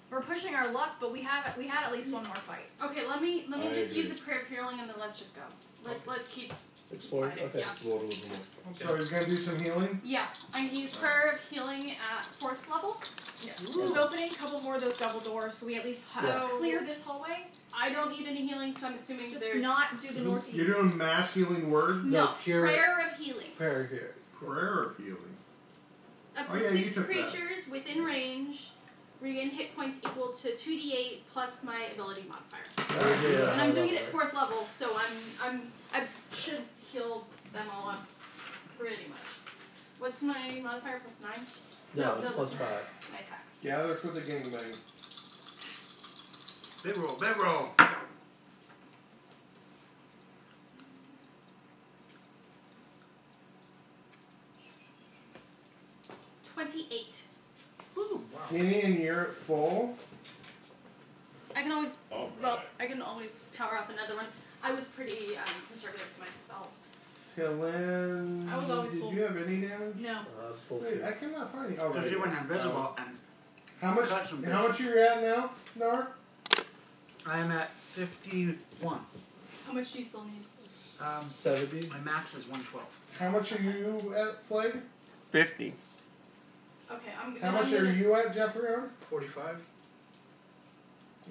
[SPEAKER 5] We're pushing our luck, but we have we had at least one more fight.
[SPEAKER 10] Okay, let me let me
[SPEAKER 12] I
[SPEAKER 10] just
[SPEAKER 12] agree.
[SPEAKER 10] use a prayer of healing and then let's just go. Let's let's keep.
[SPEAKER 4] explore.
[SPEAKER 10] Find it,
[SPEAKER 4] Okay.
[SPEAKER 10] yeah.
[SPEAKER 12] Explore a little more.
[SPEAKER 3] So you're gonna do some healing.
[SPEAKER 10] Yeah, I can use prayer of healing at fourth level.
[SPEAKER 5] Just opening a couple more of those double doors, so we at least have
[SPEAKER 10] So-
[SPEAKER 5] clear this hallway.
[SPEAKER 10] I don't need any healing, so I'm assuming
[SPEAKER 5] Just
[SPEAKER 10] there's
[SPEAKER 5] not do the northeast.
[SPEAKER 3] You're doing mass healing word
[SPEAKER 10] no
[SPEAKER 4] No, pure-
[SPEAKER 10] prayer of healing.
[SPEAKER 4] Prayer here.
[SPEAKER 3] prayer of healing.
[SPEAKER 10] Up
[SPEAKER 3] Oh,
[SPEAKER 10] to
[SPEAKER 3] yeah, you
[SPEAKER 10] six
[SPEAKER 3] took that.
[SPEAKER 10] creatures within range regain hit points equal to 2d8 plus my ability modifier.
[SPEAKER 4] Right here,
[SPEAKER 10] and I'm
[SPEAKER 4] high
[SPEAKER 10] doing it
[SPEAKER 4] level,
[SPEAKER 10] at fourth level, so I'm I'm I should heal them all up pretty much. What's my modifier plus nine?
[SPEAKER 4] right? No, it's
[SPEAKER 10] no,
[SPEAKER 4] plus
[SPEAKER 10] that's-
[SPEAKER 4] five.
[SPEAKER 10] My attack.
[SPEAKER 3] Gather for the gangbang.
[SPEAKER 6] Big roll, big roll.
[SPEAKER 10] Twenty-eight.
[SPEAKER 3] Kenny and you're at full.
[SPEAKER 10] I can always
[SPEAKER 12] All
[SPEAKER 10] well,
[SPEAKER 12] right.
[SPEAKER 10] I can always power up another one. I was pretty um, conservative with my spells.
[SPEAKER 3] Helen.
[SPEAKER 5] I was always
[SPEAKER 3] Did
[SPEAKER 5] full.
[SPEAKER 3] you have any damage?
[SPEAKER 5] No.
[SPEAKER 4] Uh, full
[SPEAKER 3] Wait,
[SPEAKER 4] two.
[SPEAKER 3] I cannot find you. Oh,
[SPEAKER 6] Because
[SPEAKER 3] right
[SPEAKER 6] you went
[SPEAKER 3] here.
[SPEAKER 6] invisible, and
[SPEAKER 3] Oh. How much?
[SPEAKER 6] Got some
[SPEAKER 3] How much are you at now, Nora?
[SPEAKER 6] I am at 51.
[SPEAKER 10] How much do you still need?
[SPEAKER 6] Um,
[SPEAKER 4] Seventy.
[SPEAKER 6] my max is 112.
[SPEAKER 3] How much are you at, Flay?
[SPEAKER 13] 50.
[SPEAKER 10] Okay, I'm.
[SPEAKER 3] How
[SPEAKER 10] then
[SPEAKER 3] much
[SPEAKER 10] I'm
[SPEAKER 3] are
[SPEAKER 10] gonna,
[SPEAKER 3] you at, Jeffrey? on?
[SPEAKER 6] 45.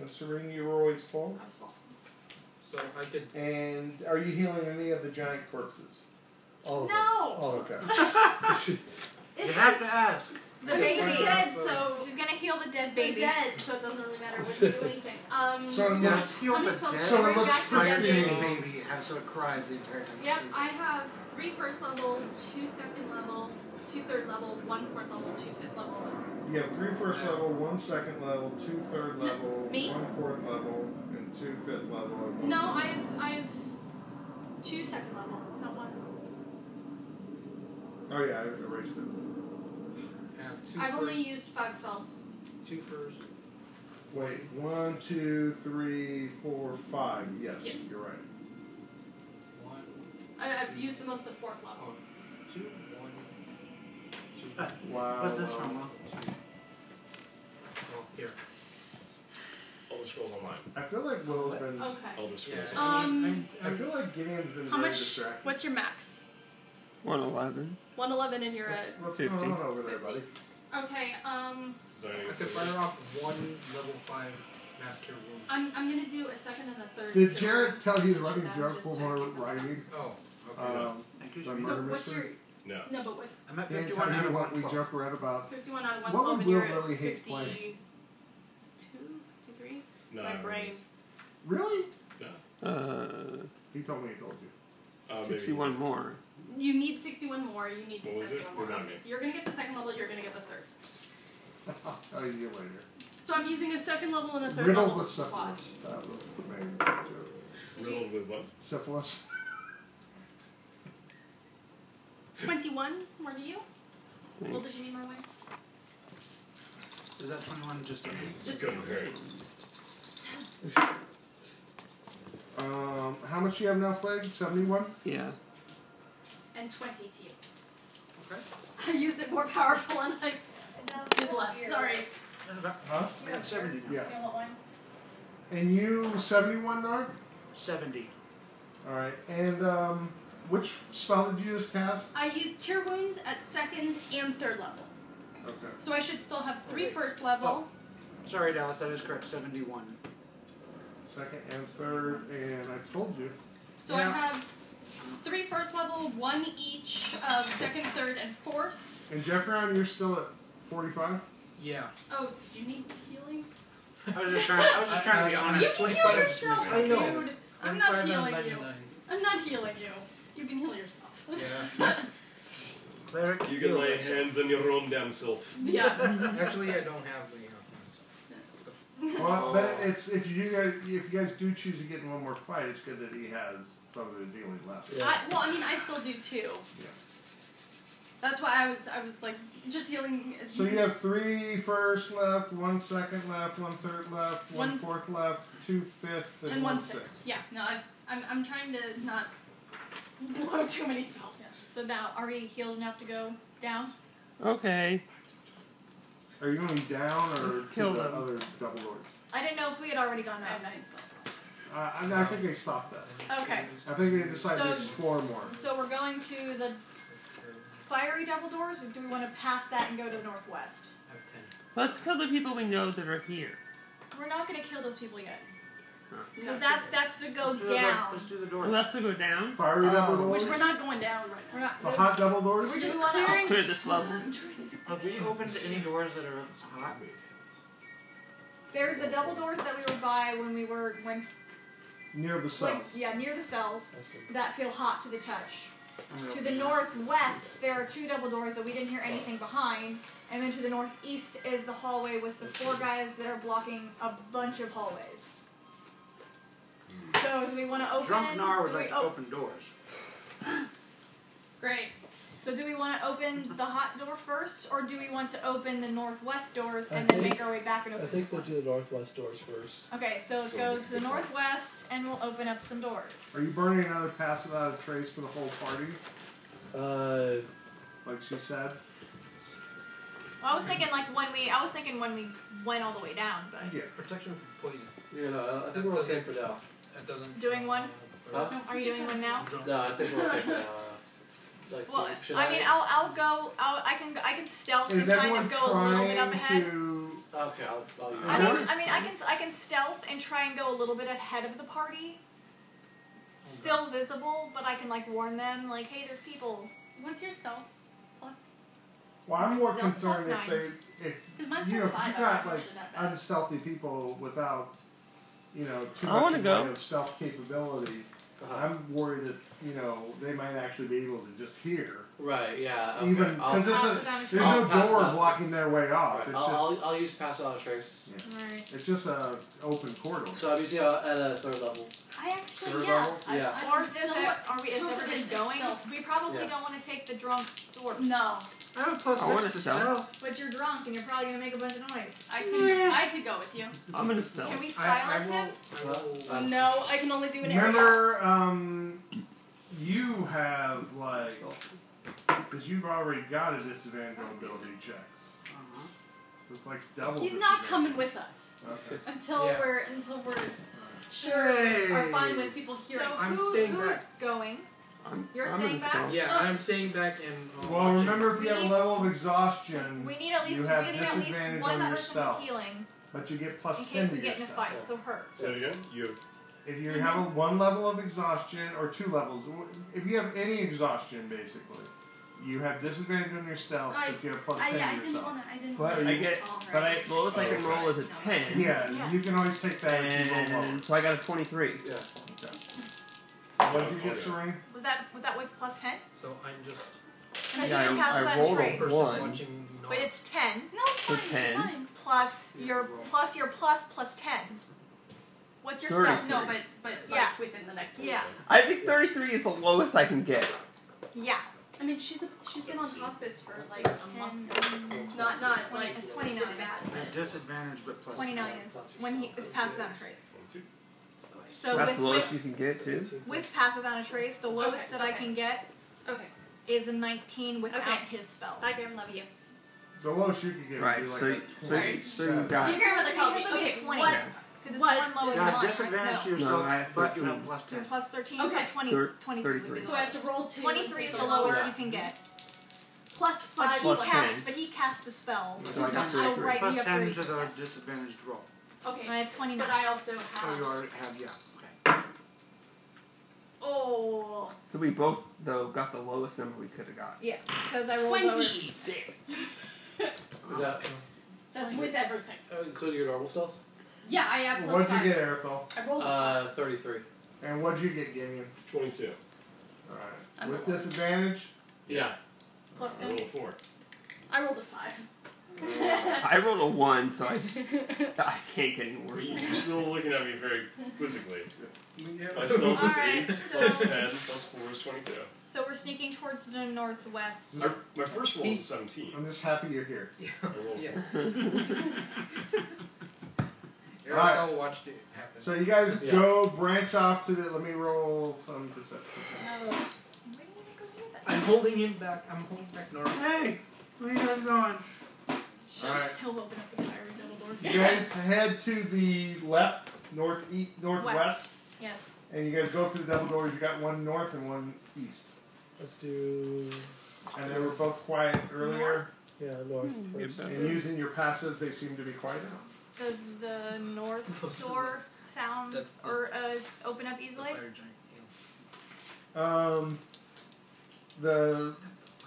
[SPEAKER 3] And Serene, you were always full.
[SPEAKER 10] I'm small.
[SPEAKER 4] So I could.
[SPEAKER 3] And are you healing any of the giant corpses?
[SPEAKER 4] All of them.
[SPEAKER 5] No,
[SPEAKER 4] All of
[SPEAKER 3] Okay.
[SPEAKER 4] them.
[SPEAKER 6] You have to ask.
[SPEAKER 5] the baby's dead, so she's gonna heal the dead
[SPEAKER 10] They're
[SPEAKER 5] baby.
[SPEAKER 10] dead, so it doesn't really matter what you do anything. Um,
[SPEAKER 3] So it looks.
[SPEAKER 6] Let's heal
[SPEAKER 10] I'm
[SPEAKER 6] the
[SPEAKER 10] just gonna
[SPEAKER 6] dead.
[SPEAKER 3] So it looks
[SPEAKER 10] back to the
[SPEAKER 6] Fire
[SPEAKER 3] pristine.
[SPEAKER 10] dead
[SPEAKER 6] chain
[SPEAKER 10] baby.
[SPEAKER 6] baby have so it cries the entire time.
[SPEAKER 10] Yep, I have three first level, two second level, two third level, one fourth level, two fifth level, one sixth.
[SPEAKER 3] You have three first level, one second level, two third
[SPEAKER 10] No,
[SPEAKER 3] level,
[SPEAKER 10] me?
[SPEAKER 3] one fourth level, and two fifth level. and one
[SPEAKER 10] No,
[SPEAKER 3] sixth.
[SPEAKER 10] I've I've two second level, not one.
[SPEAKER 3] Oh yeah, I erased it.
[SPEAKER 6] have two
[SPEAKER 10] I've only
[SPEAKER 6] first-
[SPEAKER 10] used five spells.
[SPEAKER 6] two first.
[SPEAKER 3] Wait, one, two, three, four, five. Yes,
[SPEAKER 10] Yes.
[SPEAKER 3] you're right.
[SPEAKER 6] One,
[SPEAKER 10] I, I've used the most of fourth level.
[SPEAKER 6] two, one, two.
[SPEAKER 3] Wow.
[SPEAKER 6] What's this
[SPEAKER 3] wow.
[SPEAKER 6] from? Mom? Oh, here.
[SPEAKER 12] Elder Scrolls Online.
[SPEAKER 3] I feel like Will's been.
[SPEAKER 10] Okay.
[SPEAKER 12] Elder Scrolls
[SPEAKER 6] Yeah.
[SPEAKER 12] Online.
[SPEAKER 10] Um,
[SPEAKER 6] I,
[SPEAKER 3] I feel like Gideon's been
[SPEAKER 10] How
[SPEAKER 3] very
[SPEAKER 10] much-
[SPEAKER 3] distracted.
[SPEAKER 10] What's your max?
[SPEAKER 13] 111.
[SPEAKER 10] One eleven, and you're at.
[SPEAKER 3] What's
[SPEAKER 13] Fifty.
[SPEAKER 3] going on over there, buddy?
[SPEAKER 10] Okay. Um,
[SPEAKER 12] Designing
[SPEAKER 6] I
[SPEAKER 12] a
[SPEAKER 6] could
[SPEAKER 12] city.
[SPEAKER 6] fire off one level five master room.
[SPEAKER 10] I'm I'm gonna do a second and a third.
[SPEAKER 3] Did
[SPEAKER 10] cure.
[SPEAKER 3] Jared tell you the running
[SPEAKER 10] I'm
[SPEAKER 3] joke
[SPEAKER 10] just
[SPEAKER 3] while we're
[SPEAKER 10] checking.
[SPEAKER 3] writing?
[SPEAKER 6] Oh, okay. Uh,
[SPEAKER 3] Um,
[SPEAKER 6] Thank you.
[SPEAKER 3] the
[SPEAKER 6] Jared.
[SPEAKER 10] So
[SPEAKER 3] murder
[SPEAKER 10] what's your
[SPEAKER 3] mystery?
[SPEAKER 12] No.
[SPEAKER 10] No, but what?
[SPEAKER 6] I'm at
[SPEAKER 3] Can't
[SPEAKER 6] 51
[SPEAKER 3] tell
[SPEAKER 6] out
[SPEAKER 3] you
[SPEAKER 6] of
[SPEAKER 3] what we
[SPEAKER 6] 112.
[SPEAKER 3] joke around about.
[SPEAKER 10] 51 out of
[SPEAKER 3] What
[SPEAKER 10] 112,
[SPEAKER 3] would
[SPEAKER 10] and you're
[SPEAKER 3] Will really
[SPEAKER 10] at
[SPEAKER 3] hate
[SPEAKER 10] 52,
[SPEAKER 3] playing?
[SPEAKER 10] 53?
[SPEAKER 12] No,
[SPEAKER 10] My
[SPEAKER 12] I don't
[SPEAKER 10] brain.
[SPEAKER 3] Really?
[SPEAKER 12] No.
[SPEAKER 5] Oh,
[SPEAKER 13] Uh,
[SPEAKER 3] He told me he told you.
[SPEAKER 12] Uh, maybe-
[SPEAKER 13] 61 more.
[SPEAKER 10] You need 61 more, you need
[SPEAKER 12] What was it?
[SPEAKER 10] 61 more.
[SPEAKER 12] Remind
[SPEAKER 10] Okay,
[SPEAKER 12] me.
[SPEAKER 10] so you're going to get the second level, you're going to get the third.
[SPEAKER 3] I'll tell you later.
[SPEAKER 10] So I'm using a second level and a third
[SPEAKER 3] Riddled
[SPEAKER 10] level
[SPEAKER 3] with
[SPEAKER 10] slot.
[SPEAKER 3] syphilis. That was the main joke.
[SPEAKER 12] Riddled with what?
[SPEAKER 3] Syphilis.
[SPEAKER 10] 21 more to you?
[SPEAKER 13] Thanks.
[SPEAKER 10] Well, did you need my way?
[SPEAKER 6] Is that 21 just okay?
[SPEAKER 10] Just
[SPEAKER 12] Good hurt.
[SPEAKER 3] Um, how much do you have now, Flag? 71?
[SPEAKER 13] Yeah.
[SPEAKER 10] And 20 to you.
[SPEAKER 6] Okay.
[SPEAKER 10] I used it more powerful and I did less. Sorry.
[SPEAKER 6] That's about-
[SPEAKER 3] Huh?
[SPEAKER 6] I'm at 70 now.
[SPEAKER 3] Yeah.
[SPEAKER 5] want one?
[SPEAKER 3] And you, 71 now?
[SPEAKER 6] 70.
[SPEAKER 3] Alright. And, um, which spell did you just cast?
[SPEAKER 10] I used Cure Wounds at second and third level.
[SPEAKER 3] Okay.
[SPEAKER 10] So I should still have three
[SPEAKER 6] Okay.
[SPEAKER 10] first level.
[SPEAKER 6] Sorry, Dallas, that is correct. 71.
[SPEAKER 3] Second and third, and I told you.
[SPEAKER 10] So I
[SPEAKER 6] Yeah.
[SPEAKER 10] have three first level, one each of second, third, and fourth.
[SPEAKER 3] And Jeffron, you're still at 45?
[SPEAKER 6] Yeah.
[SPEAKER 10] Oh, did you need healing?
[SPEAKER 6] I was just trying. I was just trying to be
[SPEAKER 14] Uh,
[SPEAKER 2] I- I-
[SPEAKER 10] You
[SPEAKER 6] honest.
[SPEAKER 10] can
[SPEAKER 2] 25
[SPEAKER 10] heal
[SPEAKER 2] is
[SPEAKER 10] yourself,
[SPEAKER 2] missing. I know.
[SPEAKER 10] dude. I'm not
[SPEAKER 2] 25 out of
[SPEAKER 10] healing you.
[SPEAKER 2] 99.
[SPEAKER 10] I'm not healing you. You can heal yourself.
[SPEAKER 6] Cleric,
[SPEAKER 12] You can
[SPEAKER 6] heal
[SPEAKER 12] lay
[SPEAKER 6] myself.
[SPEAKER 12] hands on your own damn self.
[SPEAKER 10] yeah.
[SPEAKER 14] Actually, I don't have the.
[SPEAKER 3] Well, but it's if you do guys if you guys do choose to get in one more fight, it's good that he has some of his healing left.
[SPEAKER 10] I, well, I mean, I still do too.
[SPEAKER 3] Yeah.
[SPEAKER 10] That's why I was, I was like, just healing.
[SPEAKER 3] So you have three first left, one second left, one third left, one
[SPEAKER 10] One-
[SPEAKER 3] fourth left, two fifth, and,
[SPEAKER 10] and
[SPEAKER 3] one
[SPEAKER 10] one
[SPEAKER 3] sixth.
[SPEAKER 10] six. Yeah. No, I've, I'm, I'm trying to not blow too many spells.
[SPEAKER 5] So now, are we healed enough to go down?
[SPEAKER 13] Okay.
[SPEAKER 3] Are you going down or
[SPEAKER 13] Let's
[SPEAKER 3] to
[SPEAKER 13] kill
[SPEAKER 3] the
[SPEAKER 13] them.
[SPEAKER 3] other double doors?
[SPEAKER 5] I didn't know if we had already gone
[SPEAKER 10] I have
[SPEAKER 5] down.
[SPEAKER 10] nine spells.
[SPEAKER 3] Uh, I, I think they stopped that.
[SPEAKER 5] Okay.
[SPEAKER 3] I think they decided to
[SPEAKER 5] So-
[SPEAKER 3] explore more.
[SPEAKER 5] So we're going to the fiery double doors, or do we want to pass that and go to the northwest?
[SPEAKER 13] Let's kill the people we know that are here.
[SPEAKER 5] We're not going to kill those people yet.
[SPEAKER 10] No.
[SPEAKER 5] Because that's that's to go
[SPEAKER 6] Let's do the door-
[SPEAKER 5] down.
[SPEAKER 6] Let's do the door.
[SPEAKER 13] Let's go down.
[SPEAKER 3] Fiery double
[SPEAKER 6] Oh.
[SPEAKER 3] doors.
[SPEAKER 10] Which we're not going down right
[SPEAKER 5] We're
[SPEAKER 10] now.
[SPEAKER 5] not.
[SPEAKER 3] the hot double doors.
[SPEAKER 5] We're just
[SPEAKER 10] Just
[SPEAKER 5] clearing.
[SPEAKER 13] Just clear this level.
[SPEAKER 6] Have we opened any doors that are hot?
[SPEAKER 5] There's the double doors that we were by when we were when,
[SPEAKER 3] near the
[SPEAKER 5] when
[SPEAKER 3] cells.
[SPEAKER 5] yeah near the cells that feel hot to the touch.
[SPEAKER 6] I'm gonna
[SPEAKER 5] To
[SPEAKER 6] open
[SPEAKER 5] the
[SPEAKER 6] it.
[SPEAKER 5] northwest, there are two double doors that we didn't hear anything behind, and then to the northeast is the hallway with the four guys that are blocking a bunch of hallways. So do we want to open? oh.
[SPEAKER 6] Drunk Nar would
[SPEAKER 5] do we
[SPEAKER 6] like to
[SPEAKER 5] op-
[SPEAKER 6] open doors.
[SPEAKER 10] Great.
[SPEAKER 5] So do we want to open the hot door first, or do we want to open the northwest doors
[SPEAKER 4] I
[SPEAKER 5] and then
[SPEAKER 4] think-
[SPEAKER 5] make our way back and
[SPEAKER 4] I
[SPEAKER 5] open
[SPEAKER 4] think
[SPEAKER 5] this
[SPEAKER 4] we'll
[SPEAKER 5] one?
[SPEAKER 4] do the northwest doors first.
[SPEAKER 5] Okay, so let's
[SPEAKER 12] Sounds
[SPEAKER 5] go
[SPEAKER 12] like a
[SPEAKER 5] to the
[SPEAKER 12] good plan.
[SPEAKER 5] northwest and we'll open up some doors.
[SPEAKER 3] Are you burning another pass without a trace for the whole party?
[SPEAKER 4] Uh,
[SPEAKER 3] Like she said.
[SPEAKER 5] Well, I was thinking like when we, I was thinking when we went all the way down, but
[SPEAKER 3] Yeah.
[SPEAKER 14] Protection from poison.
[SPEAKER 4] you know, I think we're okay for now.
[SPEAKER 14] That doesn't.
[SPEAKER 5] Doing one?
[SPEAKER 4] Huh?
[SPEAKER 5] are you doing one now?
[SPEAKER 14] Drunk.
[SPEAKER 4] No, I think we're okay for now. Like,
[SPEAKER 5] Well,
[SPEAKER 4] should
[SPEAKER 5] I mean, I'll, I'll go, I'll, I can, I can stealth
[SPEAKER 3] Is
[SPEAKER 5] and kind
[SPEAKER 3] everyone
[SPEAKER 5] of go a little bit up
[SPEAKER 3] trying
[SPEAKER 5] ahead.
[SPEAKER 3] to?
[SPEAKER 4] Okay, I'll, I'll use
[SPEAKER 5] I
[SPEAKER 4] it.
[SPEAKER 5] mean, I mean, I can, I can stealth and try and go a little bit ahead of the party. Still visible, but I can like warn them, like, hey, there's people.
[SPEAKER 10] What's your stealth? Plus,
[SPEAKER 3] Well, I'm more
[SPEAKER 5] Stealth plus
[SPEAKER 3] concerned if
[SPEAKER 5] nine.
[SPEAKER 3] they, if
[SPEAKER 10] because mine's
[SPEAKER 3] you know,
[SPEAKER 10] plus
[SPEAKER 3] if
[SPEAKER 10] five.
[SPEAKER 3] you
[SPEAKER 10] I'm not
[SPEAKER 3] got like
[SPEAKER 10] actually that bad.
[SPEAKER 3] unstealthy people without, you know, too
[SPEAKER 13] I
[SPEAKER 3] much
[SPEAKER 13] wanna
[SPEAKER 3] in
[SPEAKER 13] go.
[SPEAKER 3] way of stealth capability.
[SPEAKER 4] Uh-huh.
[SPEAKER 3] I'm worried that you know they might actually be able to just hear,
[SPEAKER 4] Right, yeah. Okay.
[SPEAKER 3] even
[SPEAKER 4] I'll,
[SPEAKER 3] because there's,
[SPEAKER 5] Pass
[SPEAKER 3] a,
[SPEAKER 5] it down.
[SPEAKER 3] there's no
[SPEAKER 4] I'll pass it
[SPEAKER 3] door
[SPEAKER 4] up.
[SPEAKER 3] blocking their way off.
[SPEAKER 4] I'll,
[SPEAKER 3] It's just
[SPEAKER 4] I'll, I'll use pass without a trace.
[SPEAKER 3] it's just a open corridor.
[SPEAKER 4] So I'm using it at a uh, third level.
[SPEAKER 5] I actually,
[SPEAKER 3] Third
[SPEAKER 5] yeah.
[SPEAKER 3] level?
[SPEAKER 5] I-
[SPEAKER 4] Yeah.
[SPEAKER 5] Or
[SPEAKER 10] I'm
[SPEAKER 5] is it,
[SPEAKER 10] somewhat
[SPEAKER 5] are we, is
[SPEAKER 10] confident
[SPEAKER 5] everybody
[SPEAKER 10] in
[SPEAKER 5] going?
[SPEAKER 10] stealth.
[SPEAKER 5] We probably
[SPEAKER 4] Yeah.
[SPEAKER 5] don't want to take the drunk door.
[SPEAKER 10] No,
[SPEAKER 6] I have a plus
[SPEAKER 13] I wanna
[SPEAKER 6] six to
[SPEAKER 13] sell.
[SPEAKER 6] stealth.
[SPEAKER 5] But you're drunk and you're probably gonna make a bunch of noise.
[SPEAKER 10] I could, I could go with you.
[SPEAKER 13] I'm gonna sell.
[SPEAKER 5] Can we
[SPEAKER 14] I, I
[SPEAKER 5] silence
[SPEAKER 14] will.
[SPEAKER 5] him?
[SPEAKER 14] I will.
[SPEAKER 4] Um,
[SPEAKER 10] No, I can only do an area.
[SPEAKER 3] Remember, um, you have like because you've already got a disadvantage on ability checks,
[SPEAKER 6] Uh-huh.
[SPEAKER 3] so it's like double.
[SPEAKER 10] He's not
[SPEAKER 3] disadvantage.
[SPEAKER 10] coming with us
[SPEAKER 3] Okay.
[SPEAKER 10] until
[SPEAKER 14] Yeah.
[SPEAKER 10] we're until we're sure
[SPEAKER 6] Hooray.
[SPEAKER 10] are fine with people
[SPEAKER 5] So
[SPEAKER 10] hearing.
[SPEAKER 14] I'm
[SPEAKER 5] who,
[SPEAKER 14] staying
[SPEAKER 5] who's
[SPEAKER 14] back.
[SPEAKER 5] going?
[SPEAKER 13] I'm,
[SPEAKER 5] You're
[SPEAKER 13] I'm
[SPEAKER 5] staying
[SPEAKER 13] gonna
[SPEAKER 5] back?
[SPEAKER 13] sell.
[SPEAKER 14] Yeah,
[SPEAKER 10] Uh,
[SPEAKER 14] I'm staying back and. uh,
[SPEAKER 3] Well,
[SPEAKER 14] watching.
[SPEAKER 3] remember if you
[SPEAKER 5] We
[SPEAKER 3] have a
[SPEAKER 5] need-
[SPEAKER 3] level of exhaustion,
[SPEAKER 5] We need at least
[SPEAKER 3] you
[SPEAKER 5] we
[SPEAKER 3] have
[SPEAKER 5] need at least
[SPEAKER 3] disadvantage
[SPEAKER 5] one
[SPEAKER 3] on your
[SPEAKER 5] person with
[SPEAKER 3] stealth,
[SPEAKER 5] healing
[SPEAKER 3] but you get plus
[SPEAKER 5] in
[SPEAKER 3] ten
[SPEAKER 5] case
[SPEAKER 3] to
[SPEAKER 5] we
[SPEAKER 3] your
[SPEAKER 5] get in a
[SPEAKER 3] stealth.
[SPEAKER 5] fight. Mm-hmm. So her.
[SPEAKER 12] Say that again? You have
[SPEAKER 3] If you have a, one level of exhaustion or two levels, if you have any exhaustion, basically, You have disadvantage on your stealth,
[SPEAKER 10] I,
[SPEAKER 3] but you have plus
[SPEAKER 10] I,
[SPEAKER 5] uh,
[SPEAKER 3] ten
[SPEAKER 10] yeah, I
[SPEAKER 3] to your
[SPEAKER 10] didn't
[SPEAKER 3] stealth.
[SPEAKER 10] want to. I didn't.
[SPEAKER 13] But
[SPEAKER 10] wanna
[SPEAKER 13] I get,
[SPEAKER 10] call her.
[SPEAKER 13] but I well, if I can roll with a ten.
[SPEAKER 3] Yeah, you can always take that if you roll
[SPEAKER 13] And so I got a twenty-three.
[SPEAKER 4] Yeah.
[SPEAKER 3] What did you get, Serene?
[SPEAKER 5] Was that was that with plus ten?
[SPEAKER 14] So I'm just.
[SPEAKER 5] Because
[SPEAKER 13] Yeah,
[SPEAKER 5] you didn't
[SPEAKER 13] I-
[SPEAKER 5] pass
[SPEAKER 13] I
[SPEAKER 5] without
[SPEAKER 13] rolled a
[SPEAKER 5] trace.
[SPEAKER 13] one.
[SPEAKER 14] Person watching. No.
[SPEAKER 5] But it's ten. No, it's
[SPEAKER 13] So fine, it's 10.
[SPEAKER 5] fine. Plus your plus your plus plus ten. What's your
[SPEAKER 13] Thirty.
[SPEAKER 5] step?
[SPEAKER 10] No, but but like
[SPEAKER 5] Yeah.
[SPEAKER 10] within the next. week.
[SPEAKER 5] Yeah,
[SPEAKER 13] I think thirty-three is the lowest I can get.
[SPEAKER 5] yeah.
[SPEAKER 10] I mean, she's a, she's been on hospice for like a month. Not not like
[SPEAKER 5] Twenty-
[SPEAKER 10] this
[SPEAKER 5] 29.
[SPEAKER 10] bad.
[SPEAKER 6] At disadvantage, but plus.
[SPEAKER 5] Twenty nine is when he is passed without a trace. So
[SPEAKER 13] That's
[SPEAKER 5] with,
[SPEAKER 13] the
[SPEAKER 5] with
[SPEAKER 13] lowest you can get too.
[SPEAKER 5] with pass without a trace, the lowest
[SPEAKER 10] Okay,
[SPEAKER 5] that I
[SPEAKER 10] okay.
[SPEAKER 5] can get
[SPEAKER 10] Okay.
[SPEAKER 5] is a nineteen without
[SPEAKER 10] Okay.
[SPEAKER 5] his spell.
[SPEAKER 10] Bye, Graham. Love you.
[SPEAKER 3] The lowest you could get
[SPEAKER 13] Right,
[SPEAKER 3] would be like
[SPEAKER 13] so
[SPEAKER 3] a
[SPEAKER 13] you- so you-
[SPEAKER 3] 27.
[SPEAKER 13] so you got-
[SPEAKER 5] So
[SPEAKER 10] Your grandmother's
[SPEAKER 5] He
[SPEAKER 10] helping.
[SPEAKER 5] has only
[SPEAKER 10] Okay,
[SPEAKER 5] 20.
[SPEAKER 10] what?
[SPEAKER 5] Because it's
[SPEAKER 10] What?
[SPEAKER 5] one lower
[SPEAKER 6] You
[SPEAKER 5] than
[SPEAKER 6] got
[SPEAKER 5] mine.
[SPEAKER 6] disadvantage to
[SPEAKER 5] no.
[SPEAKER 6] your
[SPEAKER 13] No, I
[SPEAKER 6] stealth,
[SPEAKER 13] have
[SPEAKER 6] but you have
[SPEAKER 13] 13.
[SPEAKER 6] plus
[SPEAKER 5] You're
[SPEAKER 6] ten.
[SPEAKER 5] plus thirteen,
[SPEAKER 10] Okay.
[SPEAKER 5] so 20,
[SPEAKER 13] Thir-
[SPEAKER 5] 23 would be
[SPEAKER 13] 33.
[SPEAKER 5] the
[SPEAKER 10] So I have to roll two.
[SPEAKER 5] Twenty three is the lowest you can get.
[SPEAKER 10] Plus
[SPEAKER 5] But
[SPEAKER 10] five.
[SPEAKER 5] he
[SPEAKER 13] Plus
[SPEAKER 5] cast,
[SPEAKER 13] 10.
[SPEAKER 5] but he cast a spell.
[SPEAKER 13] So I got
[SPEAKER 5] so
[SPEAKER 13] 33.
[SPEAKER 5] right,
[SPEAKER 6] Plus
[SPEAKER 5] you have
[SPEAKER 6] ten
[SPEAKER 5] thirty.
[SPEAKER 6] to the
[SPEAKER 5] yes.
[SPEAKER 6] disadvantaged roll.
[SPEAKER 10] Okay.
[SPEAKER 5] And I have twenty nine.
[SPEAKER 10] But I also
[SPEAKER 3] Oh,
[SPEAKER 6] So you
[SPEAKER 10] have.
[SPEAKER 6] already have yeah. Okay.
[SPEAKER 10] Oh.
[SPEAKER 13] So we both though got the lowest number we could have got.
[SPEAKER 5] Yeah, because I rolled lower.
[SPEAKER 10] Twenty.
[SPEAKER 6] Uh-huh.
[SPEAKER 4] Is that
[SPEAKER 10] That's with everything.
[SPEAKER 4] uh, including your normal stuff?
[SPEAKER 10] Yeah, I have plus
[SPEAKER 3] What'd
[SPEAKER 10] five.
[SPEAKER 3] you get, Arathol?
[SPEAKER 10] I
[SPEAKER 5] Oh.
[SPEAKER 10] rolled. a
[SPEAKER 4] Uh, 33.
[SPEAKER 3] And what'd you get, Gideon?
[SPEAKER 12] 22.
[SPEAKER 10] I'm
[SPEAKER 3] Alright.
[SPEAKER 10] not
[SPEAKER 3] With
[SPEAKER 10] lying.
[SPEAKER 3] disadvantage?
[SPEAKER 12] Yeah.
[SPEAKER 10] Plus
[SPEAKER 12] I
[SPEAKER 10] ten.
[SPEAKER 12] rolled a 4.
[SPEAKER 10] I rolled a five.
[SPEAKER 13] I rolled a one, so I just I can't get any
[SPEAKER 12] You're
[SPEAKER 13] worse.
[SPEAKER 12] still looking at me very quizzically. My
[SPEAKER 6] Yeah.
[SPEAKER 12] stealth is
[SPEAKER 5] Alright,
[SPEAKER 12] 8,
[SPEAKER 5] so-
[SPEAKER 12] plus 10, plus 4 is 22.
[SPEAKER 5] So we're sneaking towards the northwest.
[SPEAKER 12] My, my first roll was a 17.
[SPEAKER 3] I'm just happy you're here.
[SPEAKER 12] I rolled a
[SPEAKER 14] Yeah.
[SPEAKER 3] All right.
[SPEAKER 14] Eric watched it happen.
[SPEAKER 3] So you guys
[SPEAKER 4] Yeah.
[SPEAKER 3] go branch off to the. Let me roll some perception.
[SPEAKER 5] Where
[SPEAKER 10] No.
[SPEAKER 5] did I go do that?
[SPEAKER 14] I'm holding him back. I'm holding back Nora.
[SPEAKER 6] Hey, where you guys going?
[SPEAKER 3] Alright.
[SPEAKER 5] He'll open up the fiery double door.
[SPEAKER 3] You guys head to the left, north, e- northwest,
[SPEAKER 5] West. Yes.
[SPEAKER 3] and you guys go up to the double doors. You got one north and one east,
[SPEAKER 4] Let's do.
[SPEAKER 3] and they were both quiet earlier.
[SPEAKER 4] Yeah, north.
[SPEAKER 5] Hmm.
[SPEAKER 13] first.
[SPEAKER 4] First.
[SPEAKER 13] yeah.
[SPEAKER 3] And using your passives, they seem to be quiet now.
[SPEAKER 5] Does the north door sound
[SPEAKER 14] That's-
[SPEAKER 5] or uh, is open up easily?
[SPEAKER 14] Fire giant. Yeah.
[SPEAKER 3] Um, the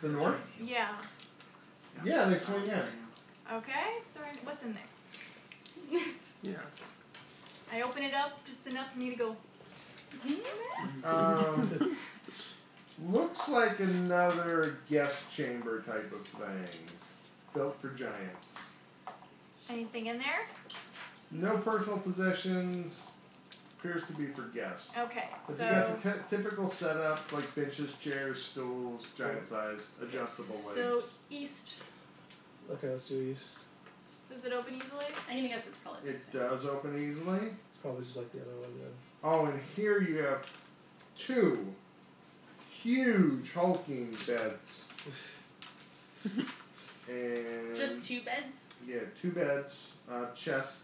[SPEAKER 3] the north.
[SPEAKER 5] Yeah.
[SPEAKER 3] Yeah, they swing in.
[SPEAKER 5] Okay. So I- what's in there?
[SPEAKER 13] Yeah.
[SPEAKER 5] I open it up just enough for me to go. "Hmm?"
[SPEAKER 3] Um, looks like another guest chamber type of thing, built for giants.
[SPEAKER 5] Anything in there?
[SPEAKER 3] No personal possessions. Appears to be for guests.
[SPEAKER 5] Okay.
[SPEAKER 3] But you
[SPEAKER 5] So.
[SPEAKER 3] got the t- typical setup, like benches, chairs, stools, giant size, adjustable
[SPEAKER 5] So
[SPEAKER 3] legs.
[SPEAKER 5] east.
[SPEAKER 4] Okay, let's do east.
[SPEAKER 5] Does it open easily?
[SPEAKER 10] I'm gonna guess it's probably.
[SPEAKER 3] It uh, does open easily.
[SPEAKER 4] It's probably just like the other one then.
[SPEAKER 3] Oh, and here you have two huge hulking beds. and
[SPEAKER 10] Just two beds.
[SPEAKER 3] Yeah, two beds, uh, chest.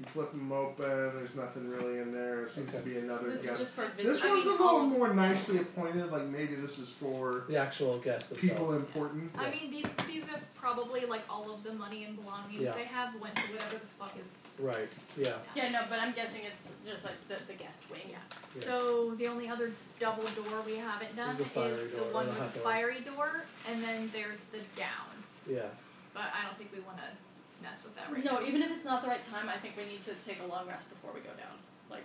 [SPEAKER 3] You flip them open. There's nothing really in there. It seems to
[SPEAKER 4] Okay.
[SPEAKER 3] be another
[SPEAKER 10] This is
[SPEAKER 3] guest.
[SPEAKER 10] just for visitors.
[SPEAKER 3] This one's a little more nicely appointed. Like maybe this is for
[SPEAKER 4] The actual guest themselves.
[SPEAKER 3] people important.
[SPEAKER 5] I mean, these these are probably like all of the money and belongings
[SPEAKER 4] Yeah.
[SPEAKER 5] they have went to whatever the fuck is.
[SPEAKER 4] Right, yeah.
[SPEAKER 10] Yeah, no, but I'm guessing it's just like the, the guest wing.
[SPEAKER 5] Yeah. So the only other double door we haven't done
[SPEAKER 4] the
[SPEAKER 5] is
[SPEAKER 4] fiery
[SPEAKER 5] the
[SPEAKER 4] door,
[SPEAKER 5] one
[SPEAKER 4] the
[SPEAKER 5] with
[SPEAKER 4] hot
[SPEAKER 5] the
[SPEAKER 4] door.
[SPEAKER 5] fiery door, and then there's the down.
[SPEAKER 4] Yeah.
[SPEAKER 5] But I don't think we want to mess with that right now.
[SPEAKER 10] No, even if it's not the right time, I think we need to take a long rest before we go down. Like,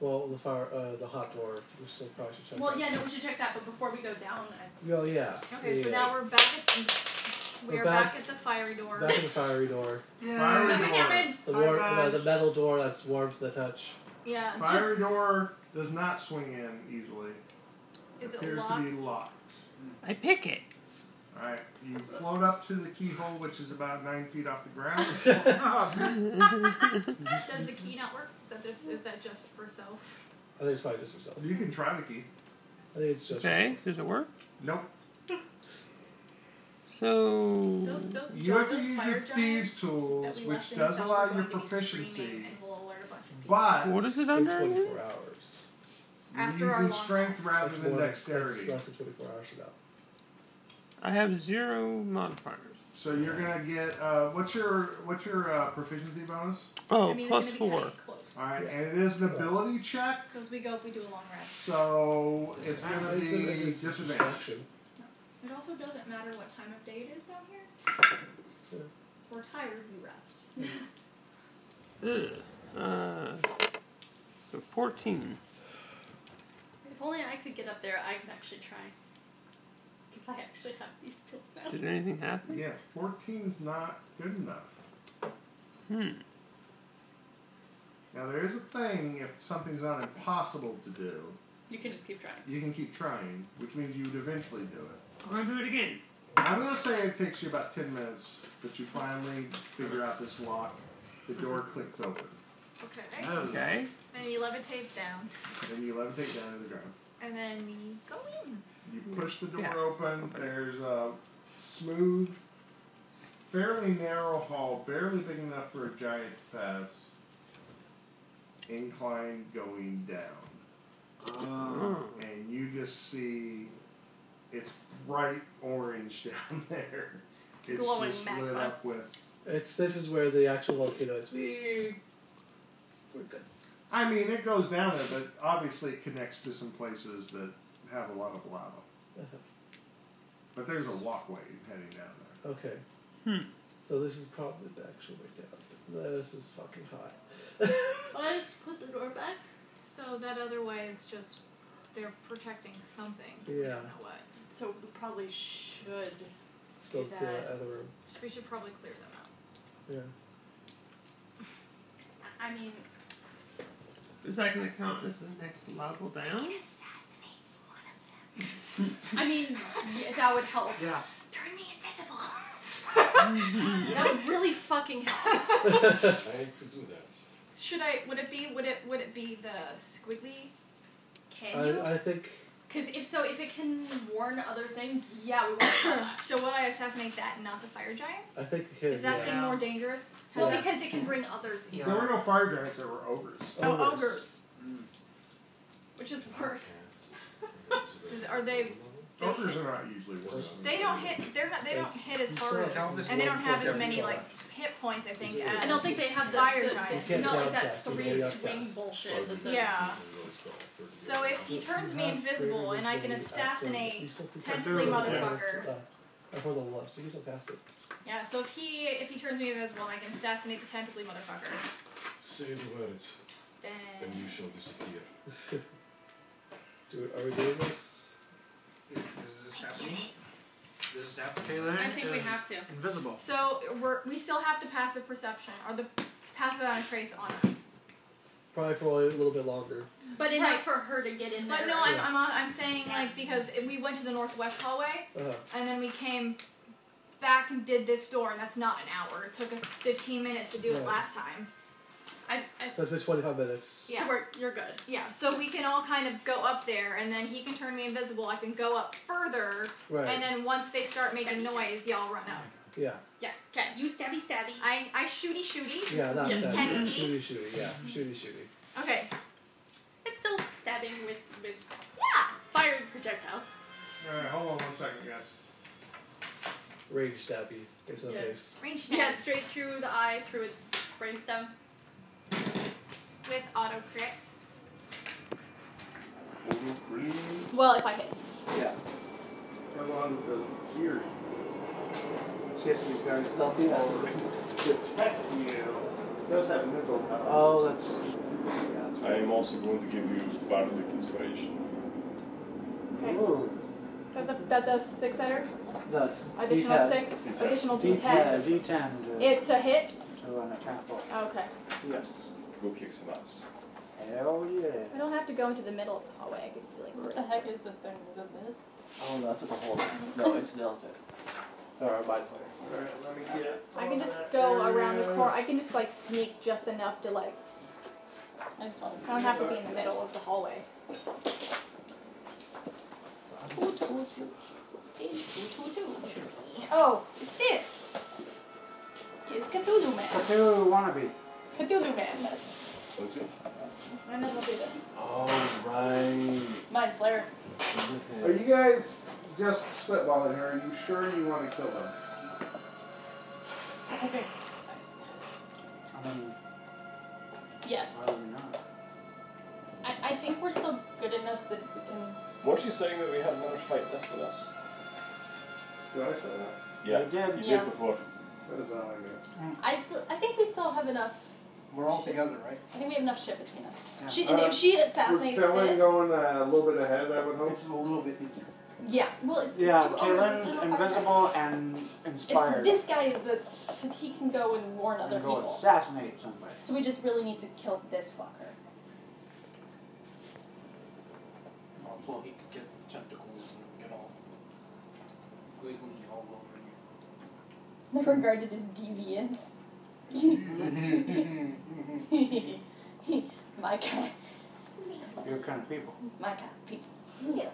[SPEAKER 4] Well, the fire, uh, the hot door. We still probably should check.
[SPEAKER 10] well,
[SPEAKER 4] that.
[SPEAKER 10] yeah, no, we should check that. But before we go down, I,
[SPEAKER 4] Well, yeah.
[SPEAKER 5] Okay,
[SPEAKER 4] yeah.
[SPEAKER 5] so now we're back at we
[SPEAKER 4] We're
[SPEAKER 5] are
[SPEAKER 4] back-
[SPEAKER 5] back, at the fiery door.
[SPEAKER 4] Back in the fiery door.
[SPEAKER 3] Fiery
[SPEAKER 10] I'm
[SPEAKER 3] door.
[SPEAKER 10] hammered.
[SPEAKER 4] The,
[SPEAKER 6] Hi,
[SPEAKER 4] war-
[SPEAKER 6] guys.
[SPEAKER 4] no, the metal door that's warm to the touch.
[SPEAKER 5] yeah. it's
[SPEAKER 3] Fiery door does not swing in easily.
[SPEAKER 5] Just, is it
[SPEAKER 3] appears
[SPEAKER 5] locked?
[SPEAKER 3] to be locked.
[SPEAKER 13] I pick it.
[SPEAKER 3] All right, you float up to the keyhole, which is about nine feet off the ground.
[SPEAKER 5] Does the key not work? Is that just is that just for cells?
[SPEAKER 4] I think it's probably just ourselves.
[SPEAKER 3] you can try the key.
[SPEAKER 4] I think it's just
[SPEAKER 13] Okay.
[SPEAKER 4] ourselves.
[SPEAKER 13] Does it work?
[SPEAKER 3] Nope.
[SPEAKER 13] So
[SPEAKER 5] Those those
[SPEAKER 3] You have to
[SPEAKER 5] those
[SPEAKER 3] use
[SPEAKER 5] fire
[SPEAKER 3] your
[SPEAKER 5] giants
[SPEAKER 3] thieves
[SPEAKER 5] that
[SPEAKER 3] tools,
[SPEAKER 5] we
[SPEAKER 3] which
[SPEAKER 5] left in
[SPEAKER 3] does
[SPEAKER 5] cells
[SPEAKER 3] allow
[SPEAKER 5] are
[SPEAKER 3] your
[SPEAKER 5] going to be
[SPEAKER 3] proficiency.
[SPEAKER 5] screaming and will alert a bunch of people.
[SPEAKER 3] But
[SPEAKER 13] what is it
[SPEAKER 4] In
[SPEAKER 13] under? again?
[SPEAKER 4] 24 hours.
[SPEAKER 3] you're
[SPEAKER 5] After our
[SPEAKER 3] using
[SPEAKER 5] long
[SPEAKER 3] strength
[SPEAKER 5] rest.
[SPEAKER 3] rather
[SPEAKER 4] That's
[SPEAKER 3] than
[SPEAKER 4] more than-
[SPEAKER 3] dexterity.
[SPEAKER 4] That's less than 24 hours from now.
[SPEAKER 13] I have zero modifiers.
[SPEAKER 3] So you're gonna get uh, what's your what's your uh, proficiency bonus?
[SPEAKER 13] Oh,
[SPEAKER 5] I mean,
[SPEAKER 13] plus
[SPEAKER 5] it's gonna be
[SPEAKER 13] four.
[SPEAKER 5] kinda close.
[SPEAKER 3] All right, and it is an ability check,
[SPEAKER 5] Because we go if we do a long rest.
[SPEAKER 3] so it's gonna
[SPEAKER 4] Ah, It's a-
[SPEAKER 3] be
[SPEAKER 4] it's a
[SPEAKER 3] disadvantage.
[SPEAKER 4] distraction.
[SPEAKER 5] It also doesn't matter what time of day it is down here. We're tired, we rest.
[SPEAKER 13] Ugh. Uh, so 14.
[SPEAKER 10] If only I could get up there, I could actually try. Because I actually have these tools now.
[SPEAKER 13] Did anything happen?
[SPEAKER 3] Yeah, 14's not good enough.
[SPEAKER 13] Hmm.
[SPEAKER 3] Now, there is a thing if something's not impossible to do,
[SPEAKER 10] You can just keep trying.
[SPEAKER 3] you can keep trying, which means you would eventually do it.
[SPEAKER 13] I'm going to do it again.
[SPEAKER 3] I'm going to say it takes you about 10 minutes, but you finally figure out this lock. The door clicks open,
[SPEAKER 5] Okay.
[SPEAKER 13] Okay.
[SPEAKER 5] And he levitates down.
[SPEAKER 3] and you levitate down to the ground.
[SPEAKER 5] And then we go in.
[SPEAKER 3] You push the door
[SPEAKER 13] Yeah.
[SPEAKER 3] open. There's a smooth, fairly narrow hall, barely big enough for a giant to pass. Incline going down. And you just see it's bright orange down there. It's
[SPEAKER 10] Glowing
[SPEAKER 3] just lit
[SPEAKER 10] magma.
[SPEAKER 3] up with.
[SPEAKER 4] It's this is where the actual volcano is. We we're good.
[SPEAKER 3] I mean, it goes down there, but obviously it connects to some places that have a lot of lava. But there's a walkway heading down there.
[SPEAKER 4] Okay.
[SPEAKER 13] Hmm.
[SPEAKER 4] So this is probably the actual way down. This is fucking hot.
[SPEAKER 10] Let's put the door back.
[SPEAKER 5] So that other way is just they're protecting something. We
[SPEAKER 4] Yeah.
[SPEAKER 5] don't know what.
[SPEAKER 10] So we probably should.
[SPEAKER 4] Still
[SPEAKER 10] Do
[SPEAKER 4] the
[SPEAKER 10] that.
[SPEAKER 4] other room.
[SPEAKER 5] We should probably clear them out.
[SPEAKER 4] Yeah.
[SPEAKER 10] I mean,
[SPEAKER 13] Is that going to count as the next level down?
[SPEAKER 5] Assassinate one of them.
[SPEAKER 10] I mean, yeah, that would help.
[SPEAKER 6] Yeah.
[SPEAKER 5] Turn me invisible.
[SPEAKER 10] That would really fucking help.
[SPEAKER 12] I could do that.
[SPEAKER 5] Should I? Would it be? Would it? Would it be the squiggly?
[SPEAKER 10] Can you?
[SPEAKER 4] I, I think
[SPEAKER 10] Because if so, if it can warn other things, yeah, we want to try that.
[SPEAKER 5] So would I assassinate that, not the fire giant?
[SPEAKER 4] I think
[SPEAKER 5] Is that
[SPEAKER 4] yeah.
[SPEAKER 5] thing more dangerous?
[SPEAKER 10] Well,
[SPEAKER 4] Yeah.
[SPEAKER 10] because it can bring others in.
[SPEAKER 3] There were no fire giants, there were ogres.
[SPEAKER 5] Oh, ogres, which is worse. Are they?
[SPEAKER 3] Ogres are not usually worse.
[SPEAKER 5] They don't hit. They're not. They don't
[SPEAKER 4] It's-
[SPEAKER 5] hit as hard,
[SPEAKER 4] it's not-
[SPEAKER 5] as, and they don't have as
[SPEAKER 4] it's
[SPEAKER 5] many
[SPEAKER 4] not-
[SPEAKER 5] like hit points. I think. As
[SPEAKER 10] I don't think they have the
[SPEAKER 5] Fire
[SPEAKER 10] the-
[SPEAKER 5] giant.
[SPEAKER 10] It's not like
[SPEAKER 4] You can't
[SPEAKER 10] that
[SPEAKER 4] jump
[SPEAKER 10] three
[SPEAKER 4] that. You
[SPEAKER 10] swing
[SPEAKER 4] can't
[SPEAKER 10] bullshit. That the,
[SPEAKER 5] Yeah. So
[SPEAKER 12] So
[SPEAKER 5] if he turns me
[SPEAKER 4] You have
[SPEAKER 5] invisible
[SPEAKER 4] greater
[SPEAKER 5] and I can
[SPEAKER 4] visibility after you
[SPEAKER 5] assassinate
[SPEAKER 4] still can-
[SPEAKER 5] tentacly
[SPEAKER 3] Yeah.
[SPEAKER 5] motherfucker.
[SPEAKER 4] Uh, Before the love, so you still passed it.
[SPEAKER 5] Yeah. So if he if he turns me invisible and I can assassinate the tentacly motherfucker,
[SPEAKER 12] Say the words,
[SPEAKER 5] then
[SPEAKER 12] and you shall disappear.
[SPEAKER 4] Do, are we doing this?
[SPEAKER 14] Is this happening? Does this happen?
[SPEAKER 6] Taylor
[SPEAKER 10] I think we
[SPEAKER 6] is
[SPEAKER 10] have to.
[SPEAKER 6] invisible.
[SPEAKER 5] so we're we still have the passive perception or the passive on trace on us.
[SPEAKER 4] Probably for a little bit longer.
[SPEAKER 10] But enough
[SPEAKER 5] Right.
[SPEAKER 10] for her to get in there.
[SPEAKER 5] But no, I'm
[SPEAKER 4] Yeah.
[SPEAKER 5] I'm, on, I'm saying like because we went to the northwest hallway
[SPEAKER 4] Uh,
[SPEAKER 5] and then we came back and did this door and that's not an hour. It took us 15 minutes to do it
[SPEAKER 4] Right.
[SPEAKER 5] last time.
[SPEAKER 10] I, I,
[SPEAKER 4] so it's been 25 minutes.
[SPEAKER 5] Yeah.
[SPEAKER 10] So we're, you're good.
[SPEAKER 5] Yeah, so we can all kind of go up there, and then he can turn me invisible. I can go up further,
[SPEAKER 4] Right.
[SPEAKER 5] and then once they start making noise, y'all run up.
[SPEAKER 4] yeah.
[SPEAKER 10] Yeah. Okay. You stabby stabby.
[SPEAKER 5] I I shooty shooty.
[SPEAKER 4] Yeah, not
[SPEAKER 10] Yes,
[SPEAKER 4] that. Shooty,
[SPEAKER 10] technically.
[SPEAKER 4] shooty, yeah. Shooty, shooty.
[SPEAKER 5] Okay.
[SPEAKER 10] It's still stabbing with with
[SPEAKER 5] Yeah.
[SPEAKER 10] fired projectiles.
[SPEAKER 3] Alright, hold on one second, guys.
[SPEAKER 4] Rage stabby. Face in the
[SPEAKER 10] Yeah.
[SPEAKER 4] face.
[SPEAKER 5] Range stab
[SPEAKER 10] Yeah, straight through the eye, through its brainstem.
[SPEAKER 5] with auto crit.
[SPEAKER 10] Well, if I hit.
[SPEAKER 2] Yeah.
[SPEAKER 1] How long does Geary
[SPEAKER 2] She has to be very stealthy. That's
[SPEAKER 1] detect you? Does have mental power.
[SPEAKER 2] oh, that's. Yeah.
[SPEAKER 12] I am also going to give you bardic inspiration.
[SPEAKER 7] Okay.
[SPEAKER 2] Ooh.
[SPEAKER 7] That's a that's a six header.
[SPEAKER 2] That's
[SPEAKER 7] Additional
[SPEAKER 2] D10.
[SPEAKER 7] six.
[SPEAKER 12] D10.
[SPEAKER 7] Additional D10.
[SPEAKER 2] D10. D10 to,
[SPEAKER 7] It's a hit.
[SPEAKER 2] to run a couple.
[SPEAKER 7] Okay.
[SPEAKER 2] Yes.
[SPEAKER 12] Go kick some ass.
[SPEAKER 2] Hell yeah.
[SPEAKER 7] I don't have to go into the middle of the hallway. I can just be like, what the heck is the thing of this?
[SPEAKER 2] Oh, that's a whole. No, it's dealt it. Or a mind player.
[SPEAKER 1] Alright, let me get.
[SPEAKER 7] I can just
[SPEAKER 1] that
[SPEAKER 7] go around the
[SPEAKER 1] area.
[SPEAKER 7] corner. I can just like sneak just enough to like. I just want. I don't have to be in the middle of the hallway. Oh, it's this. It's Cthulhu Man.
[SPEAKER 2] Cthulhu wannabe.
[SPEAKER 7] Cthulhu Man.
[SPEAKER 12] Let's see.
[SPEAKER 7] I know they'll do this.
[SPEAKER 2] Oh, right.
[SPEAKER 7] Mind flare.
[SPEAKER 1] Are you guys just spitballing here? Are you sure you want to kill them?
[SPEAKER 2] I mean,
[SPEAKER 7] Yes.
[SPEAKER 2] why would we not?
[SPEAKER 7] I, I think we're still good enough that um, we can.
[SPEAKER 12] Weren't you saying that we had another fight left in us?
[SPEAKER 3] Did I say that?
[SPEAKER 6] Yeah,
[SPEAKER 4] You did.
[SPEAKER 6] You
[SPEAKER 15] Yeah.
[SPEAKER 6] did before.
[SPEAKER 3] That is not idea.
[SPEAKER 15] I still, I think we still have enough.
[SPEAKER 6] We're all together, right?
[SPEAKER 15] I think we have enough shit between us.
[SPEAKER 6] Yeah.
[SPEAKER 15] She, and if she assassinates
[SPEAKER 3] Uh, We're Kellen
[SPEAKER 15] this,
[SPEAKER 3] going uh, a little bit ahead, I would hope.
[SPEAKER 6] It's a little bit easier.
[SPEAKER 15] yeah. Well, it's
[SPEAKER 6] Yeah,
[SPEAKER 15] two hours, it's
[SPEAKER 6] Kalen's
[SPEAKER 15] not
[SPEAKER 6] invisible and
[SPEAKER 15] It's,
[SPEAKER 6] inspired.
[SPEAKER 15] this guy is the because he can go and warn other
[SPEAKER 6] and go
[SPEAKER 15] people.
[SPEAKER 6] assassinate somebody.
[SPEAKER 15] So we just really need to kill this fucker.
[SPEAKER 6] Also, Oh, he could get tentacles and get all wiggly all over you.
[SPEAKER 15] They're regarded as deviants. My kind,
[SPEAKER 6] Your kind of people.
[SPEAKER 15] my kind of people. Yes.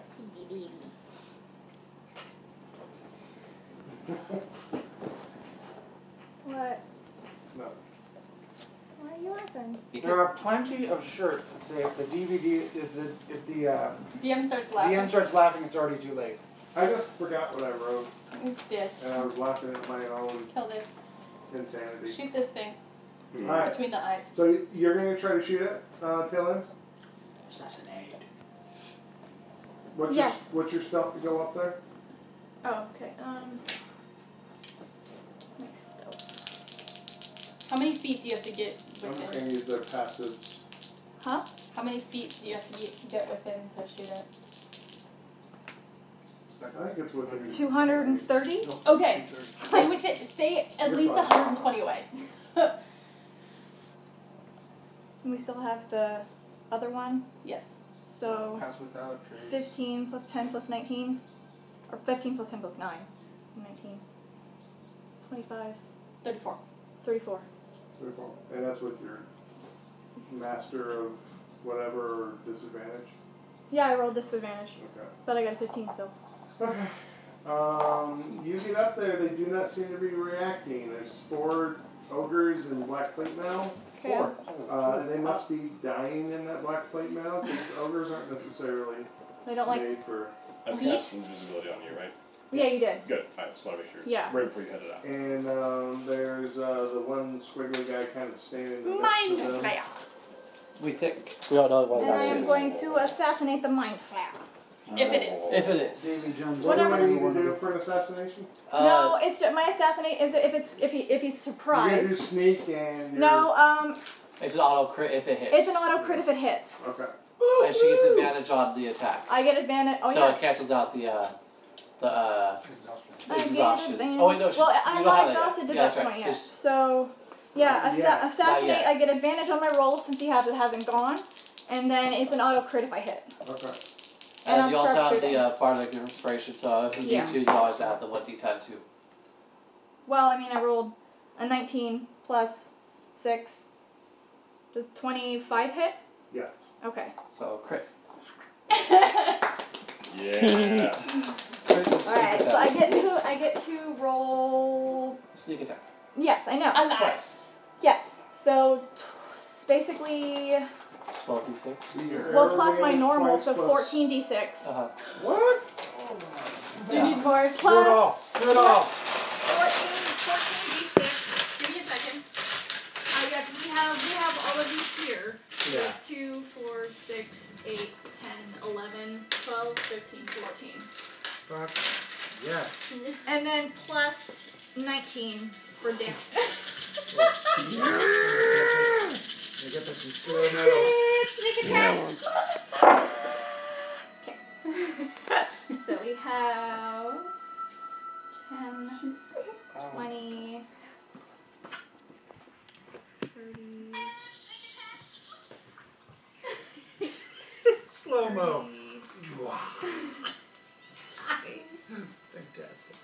[SPEAKER 5] What?
[SPEAKER 3] No.
[SPEAKER 5] Why are you laughing?
[SPEAKER 6] there are plenty of shirts that say if the DVD, if the if the uh,
[SPEAKER 15] DM starts laughing.
[SPEAKER 6] DM starts laughing, it's already too late.
[SPEAKER 3] I just forgot what I wrote,
[SPEAKER 15] It's this.
[SPEAKER 3] and I was laughing at my own
[SPEAKER 15] Kill this.
[SPEAKER 3] insanity.
[SPEAKER 15] Shoot this thing
[SPEAKER 3] All right.
[SPEAKER 15] between the eyes.
[SPEAKER 3] So you're gonna try to shoot it, uh, tail end?
[SPEAKER 6] Assassinate.
[SPEAKER 3] What's
[SPEAKER 15] Yes.
[SPEAKER 3] your What's your stealth to go up there?
[SPEAKER 15] Oh, okay. Um. Next How many feet do you have to get
[SPEAKER 3] I'm just
[SPEAKER 15] within?
[SPEAKER 3] gonna use their passives.
[SPEAKER 15] Huh? How many feet do you have to get- get within to shoot it?
[SPEAKER 3] I think it's within.
[SPEAKER 5] 230?
[SPEAKER 15] Okay. Play with it. Stay at
[SPEAKER 3] You're
[SPEAKER 15] least
[SPEAKER 3] fine.
[SPEAKER 15] 120 away.
[SPEAKER 5] And we still have the other one.
[SPEAKER 15] yes.
[SPEAKER 5] So
[SPEAKER 6] Pass without trace.
[SPEAKER 5] 15 plus 10 plus 19. Or 15 plus 10 plus 9. 19. 25.
[SPEAKER 15] 34.
[SPEAKER 5] 34.
[SPEAKER 3] Thirty-four. And that's with your master of whatever disadvantage.
[SPEAKER 5] Yeah, I rolled disadvantage.
[SPEAKER 3] Okay.
[SPEAKER 5] But I got a 15 still.
[SPEAKER 3] Okay. Um, you get up there. They do not seem to be reacting. There's four ogres in black plate mail.
[SPEAKER 5] Okay.
[SPEAKER 6] Four.
[SPEAKER 3] Uh, and they must be dying in that black plate mail because ogres aren't necessarily
[SPEAKER 5] They don't like.
[SPEAKER 3] made for.
[SPEAKER 12] I've
[SPEAKER 5] Wheat?
[SPEAKER 12] cast invisibility on you, right?
[SPEAKER 5] Yeah, you did.
[SPEAKER 12] Good. Alright, just want to make sure. It's
[SPEAKER 5] Yeah.
[SPEAKER 12] Right before you headed out.
[SPEAKER 3] And um, there's uh, the one squiggly guy kind of standing. in the midst
[SPEAKER 5] Mind
[SPEAKER 3] of them.
[SPEAKER 5] flare.
[SPEAKER 4] We think we all know what
[SPEAKER 5] And I
[SPEAKER 4] that
[SPEAKER 5] am
[SPEAKER 4] is.
[SPEAKER 5] going to assassinate the mind flare.
[SPEAKER 15] If it is.
[SPEAKER 4] If it is.
[SPEAKER 6] Davy Jones.
[SPEAKER 3] What do
[SPEAKER 5] Whatever.
[SPEAKER 3] I need to do for an assassination?
[SPEAKER 4] Uh,
[SPEAKER 5] no, it's ju- my assassinate is if it's if he if he's
[SPEAKER 3] You're gonna do
[SPEAKER 5] surprised.
[SPEAKER 3] sneak and. you're-
[SPEAKER 5] No, um,
[SPEAKER 4] It's an auto crit if it hits.
[SPEAKER 5] it's an auto crit if it hits.
[SPEAKER 3] Okay.
[SPEAKER 4] And she gets advantage on the attack.
[SPEAKER 5] I get advantage. Oh
[SPEAKER 4] so
[SPEAKER 5] yeah.
[SPEAKER 4] it cancels out the uh, the uh,
[SPEAKER 5] I get
[SPEAKER 4] exhaustion.
[SPEAKER 5] advan-
[SPEAKER 4] Oh wait, no, she,
[SPEAKER 5] well,
[SPEAKER 4] you
[SPEAKER 5] I'm
[SPEAKER 4] don't
[SPEAKER 5] not
[SPEAKER 4] have that yet.
[SPEAKER 5] exhausted to
[SPEAKER 4] yeah,
[SPEAKER 5] that
[SPEAKER 4] that's right.
[SPEAKER 5] point yet.
[SPEAKER 4] So
[SPEAKER 5] So, yeah, assa-
[SPEAKER 3] yet.
[SPEAKER 4] Not
[SPEAKER 5] assassinate.
[SPEAKER 4] yet.
[SPEAKER 5] I get advantage on my roll since he has, hasn't gone, and then it's an auto crit if I hit.
[SPEAKER 3] Okay.
[SPEAKER 5] And I'm
[SPEAKER 4] you also have the
[SPEAKER 5] sharpshooting.
[SPEAKER 4] uh, bardic inspiration, so if it's
[SPEAKER 5] Yeah.
[SPEAKER 4] D2, you always add the 1d10 too.
[SPEAKER 5] Well, I mean, I rolled a 19 plus six. Does 25 hit?
[SPEAKER 3] Yes.
[SPEAKER 5] Okay.
[SPEAKER 4] So crit.
[SPEAKER 12] Yeah.
[SPEAKER 5] All right. So I get to I get to roll.
[SPEAKER 4] Sneak attack.
[SPEAKER 5] Yes, I know.
[SPEAKER 4] Twice.
[SPEAKER 5] Yes. So t- basically,
[SPEAKER 4] 12d6.
[SPEAKER 3] Your
[SPEAKER 5] well,
[SPEAKER 3] arrow
[SPEAKER 5] plus my
[SPEAKER 3] damage
[SPEAKER 5] normal,
[SPEAKER 3] twice
[SPEAKER 5] so
[SPEAKER 3] plus-
[SPEAKER 5] 14d6.
[SPEAKER 4] Uh-huh.
[SPEAKER 6] What?
[SPEAKER 5] You need more.
[SPEAKER 6] Oh. Do it
[SPEAKER 5] Plus
[SPEAKER 6] all. Do it
[SPEAKER 10] Uh,
[SPEAKER 6] all.
[SPEAKER 10] 14, 14d6.
[SPEAKER 15] Give me a second.
[SPEAKER 10] I got, we have, we have all of these here.
[SPEAKER 4] Yeah.
[SPEAKER 10] 2, 4, 6, 8, 10, 11,
[SPEAKER 15] 12, 13, 14.
[SPEAKER 10] 14.
[SPEAKER 16] Fuck. Yes.
[SPEAKER 10] And then plus 19 for damage.
[SPEAKER 16] You get this in slow metal.
[SPEAKER 10] Sneak attack!
[SPEAKER 5] So we have 10, 20, 30,
[SPEAKER 16] Slow mo.
[SPEAKER 10] 30,
[SPEAKER 16] Fantastic.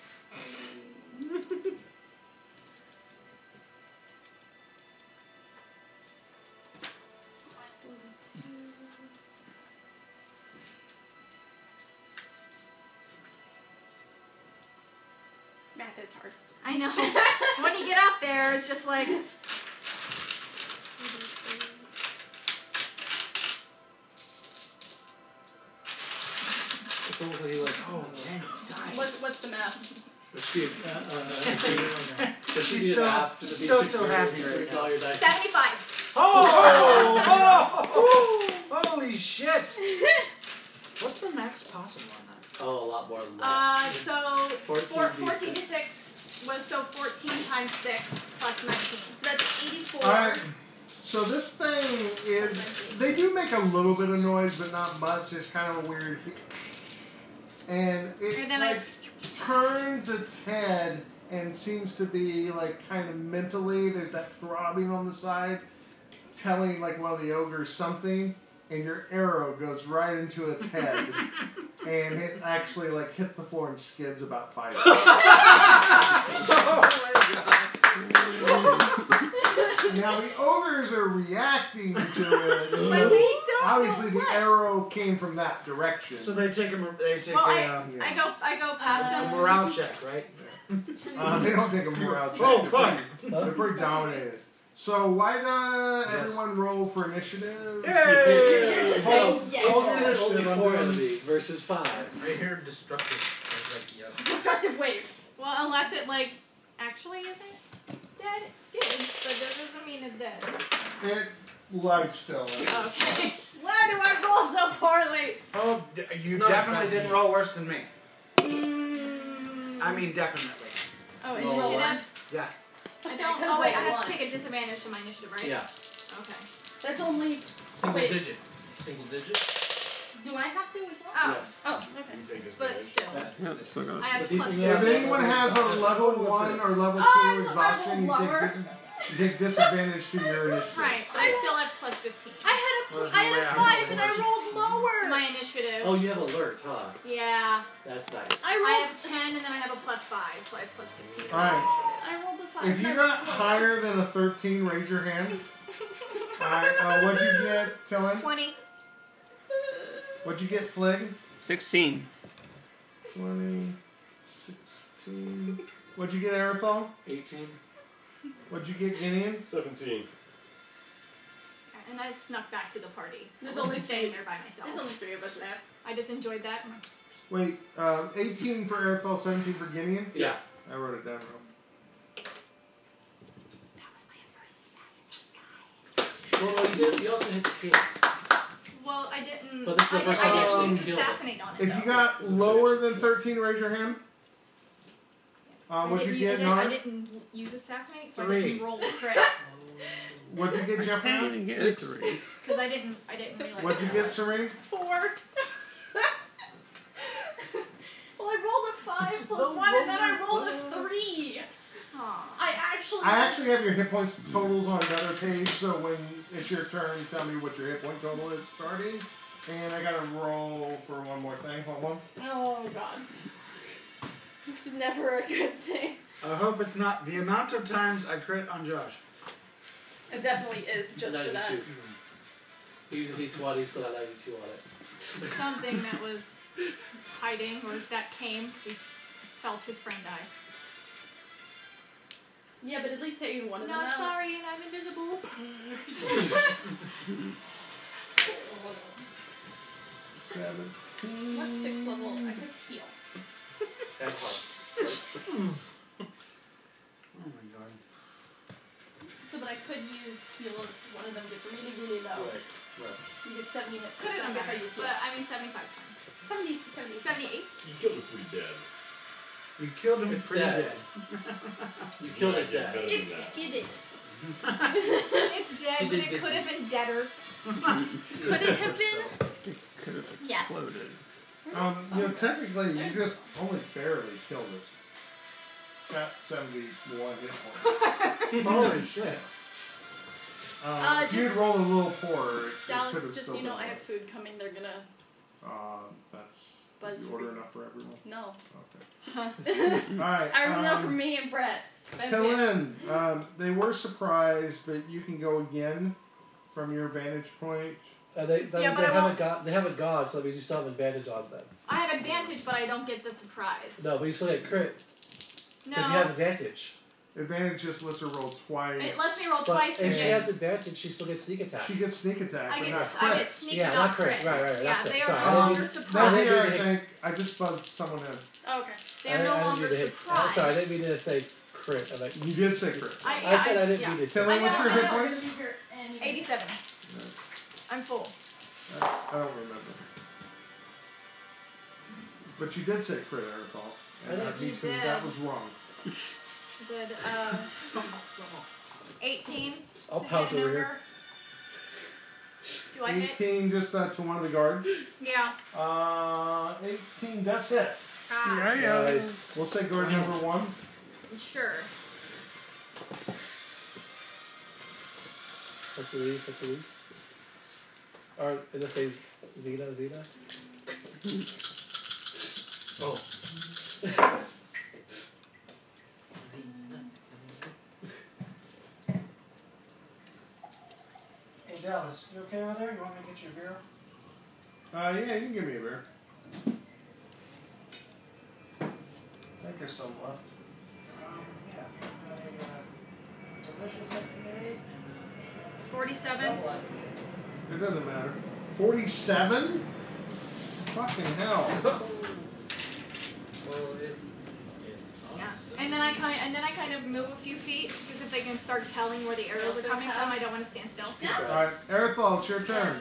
[SPEAKER 10] 40. Math is hard. I know. when you get up there, it's just like.
[SPEAKER 16] It's almost like you're like, oh, man, he died.
[SPEAKER 15] What's, what's the math?
[SPEAKER 16] But she,
[SPEAKER 2] Just
[SPEAKER 16] she's
[SPEAKER 2] do the
[SPEAKER 16] so,
[SPEAKER 2] math, just
[SPEAKER 16] she's
[SPEAKER 2] be
[SPEAKER 16] so,
[SPEAKER 2] six
[SPEAKER 16] so
[SPEAKER 2] fingers,
[SPEAKER 16] happy
[SPEAKER 2] just
[SPEAKER 16] right
[SPEAKER 2] read
[SPEAKER 16] now.
[SPEAKER 2] all your dice.
[SPEAKER 10] 75.
[SPEAKER 14] oh,
[SPEAKER 6] oh,
[SPEAKER 16] Oh, oh, oh, holy shit!
[SPEAKER 14] What's the max possible on that?
[SPEAKER 4] Oh, a lot more than that.
[SPEAKER 5] Uh, so
[SPEAKER 4] 14
[SPEAKER 5] four, 14 to
[SPEAKER 4] D6.
[SPEAKER 5] 6 was so 14 times 6 plus 19. So that's 84.
[SPEAKER 3] Alright. So this thing is. They do make a little bit of noise, but not much. It's kind of weird. And it
[SPEAKER 5] And then I-
[SPEAKER 3] like, turns its head and seems to be like kind of mentally. There's that throbbing on the side, telling like one of the ogres something. And your arrow goes right into its head, and it actually like hits the floor and skids about five.
[SPEAKER 4] Oh,
[SPEAKER 3] now the ogres are reacting to it.
[SPEAKER 5] But we don't
[SPEAKER 3] Obviously,
[SPEAKER 5] know
[SPEAKER 3] the
[SPEAKER 5] what.
[SPEAKER 3] arrow came from that direction.
[SPEAKER 14] So they take a they take
[SPEAKER 5] Well,
[SPEAKER 14] a,
[SPEAKER 5] I,
[SPEAKER 14] um,
[SPEAKER 5] I go I go past
[SPEAKER 14] a
[SPEAKER 5] them.
[SPEAKER 14] morale check, right?
[SPEAKER 3] Uh, they don't take a morale check.
[SPEAKER 14] Oh,
[SPEAKER 3] They're
[SPEAKER 14] fuck.
[SPEAKER 3] pretty- They're pretty dominated. So why not everyone roll for initiative?
[SPEAKER 14] Yay! You're
[SPEAKER 4] just
[SPEAKER 3] Hold-
[SPEAKER 4] saying
[SPEAKER 5] yes.
[SPEAKER 3] hold
[SPEAKER 4] It's
[SPEAKER 3] on,
[SPEAKER 4] still only
[SPEAKER 3] initiative, I'm
[SPEAKER 4] four
[SPEAKER 3] doing-
[SPEAKER 4] enemies versus five.
[SPEAKER 14] Right here, destructive. I was like,
[SPEAKER 5] Destructive wave. Well, unless it like actually isn't dead, it skids, but that doesn't mean it's dead.
[SPEAKER 3] It lies still.
[SPEAKER 5] Okay. Why do I roll so poorly?
[SPEAKER 14] Oh, d- you
[SPEAKER 6] No, it's
[SPEAKER 14] definitely
[SPEAKER 6] not
[SPEAKER 14] didn't
[SPEAKER 6] me.
[SPEAKER 14] roll worse than me.
[SPEAKER 5] Mm,
[SPEAKER 14] I mean, definitely.
[SPEAKER 5] oh,
[SPEAKER 14] roll
[SPEAKER 5] initiative.
[SPEAKER 14] Yeah.
[SPEAKER 5] I
[SPEAKER 10] Yeah,
[SPEAKER 5] don't.
[SPEAKER 10] 'cause
[SPEAKER 5] Oh wait, I
[SPEAKER 10] roll
[SPEAKER 5] have to
[SPEAKER 10] one.
[SPEAKER 5] take a disadvantage to my initiative, right?
[SPEAKER 4] Yeah.
[SPEAKER 5] Okay.
[SPEAKER 10] That's only.
[SPEAKER 14] Single
[SPEAKER 10] Wait.
[SPEAKER 14] digit. Single digit.
[SPEAKER 10] Do I have to as well?
[SPEAKER 5] Oh.
[SPEAKER 4] Yes.
[SPEAKER 5] Oh. Okay.
[SPEAKER 14] You take his
[SPEAKER 5] But
[SPEAKER 14] damage.
[SPEAKER 5] still,
[SPEAKER 13] Yeah, still got
[SPEAKER 5] I have
[SPEAKER 4] But you-
[SPEAKER 5] plus
[SPEAKER 4] you
[SPEAKER 5] two.
[SPEAKER 4] have
[SPEAKER 3] If anyone has a level one or level two
[SPEAKER 5] I'm a
[SPEAKER 3] exhaustion, you
[SPEAKER 5] level
[SPEAKER 3] take,
[SPEAKER 5] lower.
[SPEAKER 3] dis- you take disadvantage to your initiative.
[SPEAKER 5] Right. I still have plus fifteen.
[SPEAKER 10] I had
[SPEAKER 14] Well,
[SPEAKER 10] a,
[SPEAKER 14] there's
[SPEAKER 10] I
[SPEAKER 14] no way
[SPEAKER 10] had a
[SPEAKER 14] I'm
[SPEAKER 10] five
[SPEAKER 14] gonna
[SPEAKER 10] and I rolled
[SPEAKER 5] to
[SPEAKER 10] lower.
[SPEAKER 5] my initiative.
[SPEAKER 4] Oh, you have alert, huh?
[SPEAKER 5] Yeah.
[SPEAKER 4] That's nice.
[SPEAKER 10] I
[SPEAKER 5] I
[SPEAKER 10] rolled
[SPEAKER 5] have ten, and then I have a plus five, so I have plus fifteen. to my
[SPEAKER 3] Alright.
[SPEAKER 5] initiative.
[SPEAKER 10] I rolled a five.
[SPEAKER 3] If you got higher than a 13, raise your hand. Alright, uh, what'd you get, Tillin?
[SPEAKER 5] Twenty.
[SPEAKER 3] What'd you get, Flig?
[SPEAKER 13] 16.
[SPEAKER 3] 20, 16. What'd you get, Arathol?
[SPEAKER 4] 18.
[SPEAKER 3] What'd you get, Gideon?
[SPEAKER 12] 17.
[SPEAKER 5] And I snuck back to the party. There's only staying there by myself.
[SPEAKER 10] There's only three of us left.
[SPEAKER 5] I just enjoyed that.
[SPEAKER 3] Wait, um, 18 for Arathol, 17 for Gideon?
[SPEAKER 4] Yeah.
[SPEAKER 3] I wrote it down wrong.
[SPEAKER 5] That was my first assassin.
[SPEAKER 4] Well, no, you, did, you also hit the kid.
[SPEAKER 5] Well, I didn't.
[SPEAKER 4] But this is the
[SPEAKER 5] I,
[SPEAKER 4] first
[SPEAKER 5] I
[SPEAKER 3] time you
[SPEAKER 5] didn't
[SPEAKER 3] actually
[SPEAKER 5] use
[SPEAKER 4] killed it.
[SPEAKER 5] assassinate on it.
[SPEAKER 3] If
[SPEAKER 5] though.
[SPEAKER 3] you got lower than 13, raise your hand. Uh,
[SPEAKER 5] I
[SPEAKER 3] what'd you
[SPEAKER 5] didn't-
[SPEAKER 3] get,
[SPEAKER 5] I
[SPEAKER 3] Nard?
[SPEAKER 5] didn't, I didn't use assassinate, so I
[SPEAKER 14] Three.
[SPEAKER 5] didn't roll a crit
[SPEAKER 3] What'd you get,
[SPEAKER 13] I didn't
[SPEAKER 3] Jeffrey?
[SPEAKER 13] even get a
[SPEAKER 14] Six.
[SPEAKER 13] three.
[SPEAKER 5] because I didn't. I didn't realize.
[SPEAKER 3] What'd you
[SPEAKER 5] that.
[SPEAKER 3] get, Serene?
[SPEAKER 5] Four. well, I rolled a five plus one, and then I rolled a three.
[SPEAKER 10] Aw.
[SPEAKER 5] I actually.
[SPEAKER 3] I actually have your hit points totals on another page, so when it's your turn, tell me what your hit point total is starting. And I gotta roll for one more thing. Hold on.
[SPEAKER 10] Oh god. It's never a good thing.
[SPEAKER 14] I hope it's not the amount of times I crit on Josh.
[SPEAKER 10] It definitely is just for that.
[SPEAKER 4] 92. He used a d20, so that 92 on it.
[SPEAKER 5] something that was hiding or that came. 'cause He felt his friend die.
[SPEAKER 10] Yeah, but at least taking one of
[SPEAKER 5] No,
[SPEAKER 10] them
[SPEAKER 5] I'm
[SPEAKER 10] out.
[SPEAKER 5] sorry, and I'm invisible.
[SPEAKER 3] Seven.
[SPEAKER 10] What's six level? I took heal.
[SPEAKER 4] That's
[SPEAKER 14] Oh my god.
[SPEAKER 10] So, but I could use heal if one of them gets really, really
[SPEAKER 5] Oh.
[SPEAKER 4] hard.
[SPEAKER 10] low.
[SPEAKER 4] Right. Right.
[SPEAKER 10] You get 70 hit.
[SPEAKER 5] Could have done
[SPEAKER 10] if I
[SPEAKER 5] better,
[SPEAKER 10] use heal.
[SPEAKER 5] but I mean, 75 's fine.
[SPEAKER 10] 70, 70,
[SPEAKER 5] 78?
[SPEAKER 12] You killed him pretty dead.
[SPEAKER 14] You killed him pretty dead.
[SPEAKER 4] It's dead. You killed
[SPEAKER 12] Yeah,
[SPEAKER 4] it
[SPEAKER 12] yeah,
[SPEAKER 4] dead.
[SPEAKER 12] better than
[SPEAKER 10] It's
[SPEAKER 12] that.
[SPEAKER 10] skidded.
[SPEAKER 5] It's dead, but it could have been deader.
[SPEAKER 10] Could it have been?
[SPEAKER 13] It could have
[SPEAKER 10] Yes.
[SPEAKER 13] exploded.
[SPEAKER 3] Um, you know, technically, you just only barely killed it. Got 71 hit points.
[SPEAKER 14] Holy shit.
[SPEAKER 3] Um,
[SPEAKER 10] Uh,
[SPEAKER 3] if you'd
[SPEAKER 10] just-
[SPEAKER 3] roll a little poorer, it, it could
[SPEAKER 10] Dallas,
[SPEAKER 3] have
[SPEAKER 10] just
[SPEAKER 3] still
[SPEAKER 10] so you know,
[SPEAKER 3] been
[SPEAKER 10] I have food coming. They're gonna.
[SPEAKER 3] better. Um, that's
[SPEAKER 10] Buzz
[SPEAKER 3] you order
[SPEAKER 10] free.
[SPEAKER 3] enough for everyone.
[SPEAKER 10] No.
[SPEAKER 3] Okay.
[SPEAKER 10] Mm. I
[SPEAKER 3] Alright.
[SPEAKER 10] remember
[SPEAKER 3] um,
[SPEAKER 10] for me and Brett. That's it.
[SPEAKER 3] Helen, um, they were surprised, but you can go again from your vantage point.
[SPEAKER 4] Uh, they, that
[SPEAKER 5] Yeah,
[SPEAKER 4] means
[SPEAKER 5] but
[SPEAKER 4] they,
[SPEAKER 5] I
[SPEAKER 4] haven't
[SPEAKER 5] won't-
[SPEAKER 4] got, they haven't gone, so that means you still have advantage on them.
[SPEAKER 5] I have advantage, but I don't get the surprise.
[SPEAKER 4] No, but you still get crit
[SPEAKER 5] No.
[SPEAKER 4] because you have advantage.
[SPEAKER 3] Advantage just lets her roll twice.
[SPEAKER 5] It lets me roll
[SPEAKER 4] But
[SPEAKER 5] twice
[SPEAKER 4] if
[SPEAKER 5] and
[SPEAKER 4] she
[SPEAKER 5] then
[SPEAKER 4] has advantage, she still gets sneak attack.
[SPEAKER 3] she gets sneak attack,
[SPEAKER 5] I
[SPEAKER 3] but
[SPEAKER 5] get,
[SPEAKER 3] not
[SPEAKER 5] s-
[SPEAKER 3] crit. Um,
[SPEAKER 5] I get sneak
[SPEAKER 4] Yeah,
[SPEAKER 5] and
[SPEAKER 4] not
[SPEAKER 5] not
[SPEAKER 4] crit. Right, right,
[SPEAKER 5] yeah,
[SPEAKER 4] not crit.
[SPEAKER 5] they are
[SPEAKER 4] Sorry, I
[SPEAKER 5] no
[SPEAKER 4] didn't mean-
[SPEAKER 5] longer
[SPEAKER 3] No,
[SPEAKER 4] I
[SPEAKER 5] surprised.
[SPEAKER 4] didn't
[SPEAKER 3] here, I
[SPEAKER 4] mean to hit-
[SPEAKER 3] think I just buzzed someone in.
[SPEAKER 10] Oh, okay.
[SPEAKER 5] They are
[SPEAKER 4] I- I
[SPEAKER 5] no
[SPEAKER 4] didn't
[SPEAKER 5] longer
[SPEAKER 4] mean to hit- I'm
[SPEAKER 5] surprised.
[SPEAKER 4] sorry, I didn't mean to say crit. I, like,
[SPEAKER 3] You did say crit.
[SPEAKER 5] I,
[SPEAKER 4] I said I didn't
[SPEAKER 5] yeah.
[SPEAKER 4] mean to
[SPEAKER 3] Tell
[SPEAKER 5] I
[SPEAKER 4] say
[SPEAKER 3] me what's
[SPEAKER 5] know,
[SPEAKER 3] your
[SPEAKER 5] I
[SPEAKER 3] hit
[SPEAKER 5] know.
[SPEAKER 3] points?
[SPEAKER 5] 87. I'm full.
[SPEAKER 3] I I don't remember. But you did say crit, I recall. And
[SPEAKER 5] I
[SPEAKER 3] that,
[SPEAKER 5] did.
[SPEAKER 3] me
[SPEAKER 5] You
[SPEAKER 3] too.
[SPEAKER 5] did.
[SPEAKER 3] That was wrong.
[SPEAKER 5] Did um, 18?
[SPEAKER 3] I'll
[SPEAKER 5] to
[SPEAKER 3] pout
[SPEAKER 5] hit
[SPEAKER 3] over
[SPEAKER 5] Nuger?
[SPEAKER 3] here.
[SPEAKER 5] Do I hit?
[SPEAKER 3] 18 just uh, to one of the guards.
[SPEAKER 5] Yeah.
[SPEAKER 3] Uh, 18, that's hit.
[SPEAKER 5] Ah,
[SPEAKER 3] Nice. We'll say guard number one.
[SPEAKER 5] Sure.
[SPEAKER 4] Hercules, Hercules. Or in this case, Zeta, Zeta. oh.
[SPEAKER 17] Hey Dallas, you okay over there? You want me to get you a beer?
[SPEAKER 3] Uh, yeah, you can give me a beer. I think there's some left.
[SPEAKER 17] Um, Yeah. A, uh, delicious IPA.
[SPEAKER 5] 47?
[SPEAKER 3] It doesn't matter. 47? Fucking hell.
[SPEAKER 5] Yeah. And then I kind and then I kind of move a few feet because if they can start telling where the arrows are coming from, I don't want to stand still.
[SPEAKER 3] Alright, Arathol, it's your turn.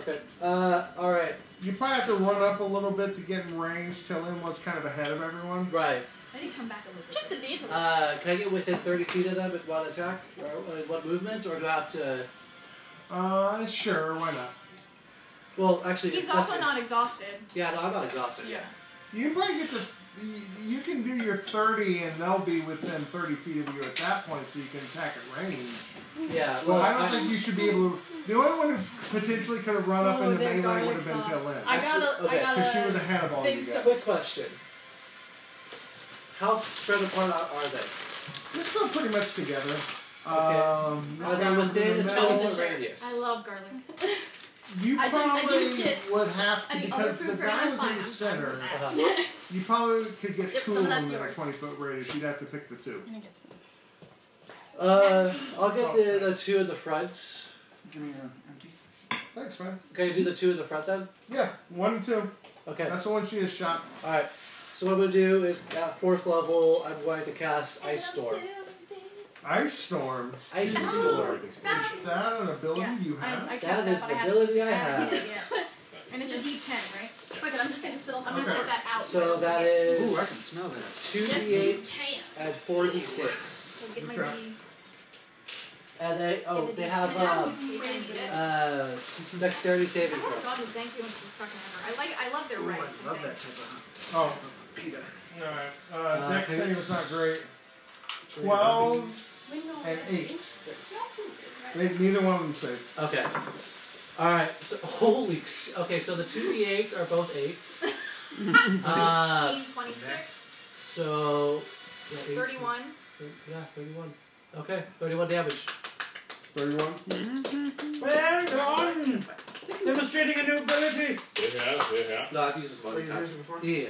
[SPEAKER 4] Okay. Uh, alright.
[SPEAKER 3] You probably have to run up a little bit to get in range, tell him what's kind of ahead of everyone.
[SPEAKER 4] Right.
[SPEAKER 5] I need to come back a little bit.
[SPEAKER 10] Just the needs of it.
[SPEAKER 4] Uh, can I get within 30 feet of them at one attack? Or uh, one movement? Or do I have to.
[SPEAKER 3] Uh, sure, why not?
[SPEAKER 4] Well, actually.
[SPEAKER 5] He's
[SPEAKER 4] that's
[SPEAKER 5] also
[SPEAKER 4] just-
[SPEAKER 5] not exhausted.
[SPEAKER 4] Yeah, no, I'm not exhausted. Yeah.
[SPEAKER 3] You probably get to. you- You can do your 30 and they'll be within 30 feet of you at that point so you can attack at range.
[SPEAKER 4] Yeah,
[SPEAKER 3] But
[SPEAKER 4] well,
[SPEAKER 3] I don't
[SPEAKER 4] I-
[SPEAKER 3] think you should be able to. The only one who potentially could have run up
[SPEAKER 5] Oh,
[SPEAKER 3] into melee
[SPEAKER 5] that
[SPEAKER 3] would
[SPEAKER 5] garlic
[SPEAKER 3] have been
[SPEAKER 5] sauce.
[SPEAKER 3] Jalen.
[SPEAKER 5] I gotta- I gotta
[SPEAKER 3] Because she was ahead of all you
[SPEAKER 5] think
[SPEAKER 3] guys.
[SPEAKER 4] Quick question. How spread apart are are they?
[SPEAKER 3] They're still pretty much together. Um,
[SPEAKER 4] Okay. Are they
[SPEAKER 3] Skyrim's
[SPEAKER 4] within
[SPEAKER 3] in the
[SPEAKER 4] a
[SPEAKER 3] middle.
[SPEAKER 4] 12 foot radius?
[SPEAKER 5] I love garlic.
[SPEAKER 3] You
[SPEAKER 5] I didn't- I
[SPEAKER 3] probably
[SPEAKER 5] didn't get
[SPEAKER 3] would have to
[SPEAKER 5] any other
[SPEAKER 3] because
[SPEAKER 5] food
[SPEAKER 3] the
[SPEAKER 5] for him,
[SPEAKER 3] guy
[SPEAKER 5] it's
[SPEAKER 3] was in
[SPEAKER 5] fine.
[SPEAKER 3] the center.
[SPEAKER 5] Uh-huh.
[SPEAKER 3] you probably could get
[SPEAKER 5] Yep,
[SPEAKER 3] two of
[SPEAKER 5] some of
[SPEAKER 3] them
[SPEAKER 5] that's
[SPEAKER 3] in a
[SPEAKER 5] yours.
[SPEAKER 3] twenty foot radius. You'd have to pick the two.
[SPEAKER 17] gonna get some.
[SPEAKER 4] Uh, I'll get the, the two in the front.
[SPEAKER 17] Give me your empty.
[SPEAKER 3] Thanks, man.
[SPEAKER 4] Can I do the two in the front then?
[SPEAKER 3] Yeah, one and two.
[SPEAKER 4] Okay.
[SPEAKER 3] That's the one she has shot.
[SPEAKER 4] All right. So what I'm gonna do is at fourth level, I'm going to cast Ice Storm.
[SPEAKER 3] Ice storm.
[SPEAKER 4] Ice storm.
[SPEAKER 3] Is that an ability you
[SPEAKER 5] I,
[SPEAKER 3] have?
[SPEAKER 5] I kept
[SPEAKER 4] That is
[SPEAKER 5] but
[SPEAKER 4] the
[SPEAKER 5] I haven't
[SPEAKER 4] ability
[SPEAKER 5] used it.
[SPEAKER 4] I
[SPEAKER 5] haven't
[SPEAKER 4] have.
[SPEAKER 5] used it yet. and it's a D10, right?
[SPEAKER 10] Fuck it, I'm just gonna sit on.
[SPEAKER 5] I'm gonna
[SPEAKER 4] Okay.
[SPEAKER 5] put that out.
[SPEAKER 4] So that is
[SPEAKER 6] Ooh, I can smell that.
[SPEAKER 4] two d eight and four d six.
[SPEAKER 5] I'll get my
[SPEAKER 4] Okay.
[SPEAKER 5] D.
[SPEAKER 4] And they oh they have
[SPEAKER 5] Now
[SPEAKER 4] uh,
[SPEAKER 5] I'm ready to get-
[SPEAKER 4] uh dexterity saving
[SPEAKER 5] Oh,
[SPEAKER 4] throw.
[SPEAKER 5] God, the thank you and fucking ever. I like, I love their rice.
[SPEAKER 6] I love that type of
[SPEAKER 3] Oh,
[SPEAKER 6] pita.
[SPEAKER 3] alright. Uh,
[SPEAKER 6] Uh,
[SPEAKER 3] deck save
[SPEAKER 6] it's-
[SPEAKER 3] is not great. Twelve and eight. They, neither one of them saved.
[SPEAKER 4] Okay. All right. So holy sh- okay. So the two d eights are both eights. uh,
[SPEAKER 5] 26,
[SPEAKER 4] so yeah, eight,
[SPEAKER 5] 31.
[SPEAKER 4] Yeah, thirty-one. Okay, thirty-one damage.
[SPEAKER 3] Thirty-one.
[SPEAKER 5] Well
[SPEAKER 17] done!
[SPEAKER 4] Demonstrating a new ability.
[SPEAKER 12] Yeah, yeah.
[SPEAKER 4] No, I've used this one
[SPEAKER 12] Wait,
[SPEAKER 4] time.
[SPEAKER 12] is this before?
[SPEAKER 4] Yeah.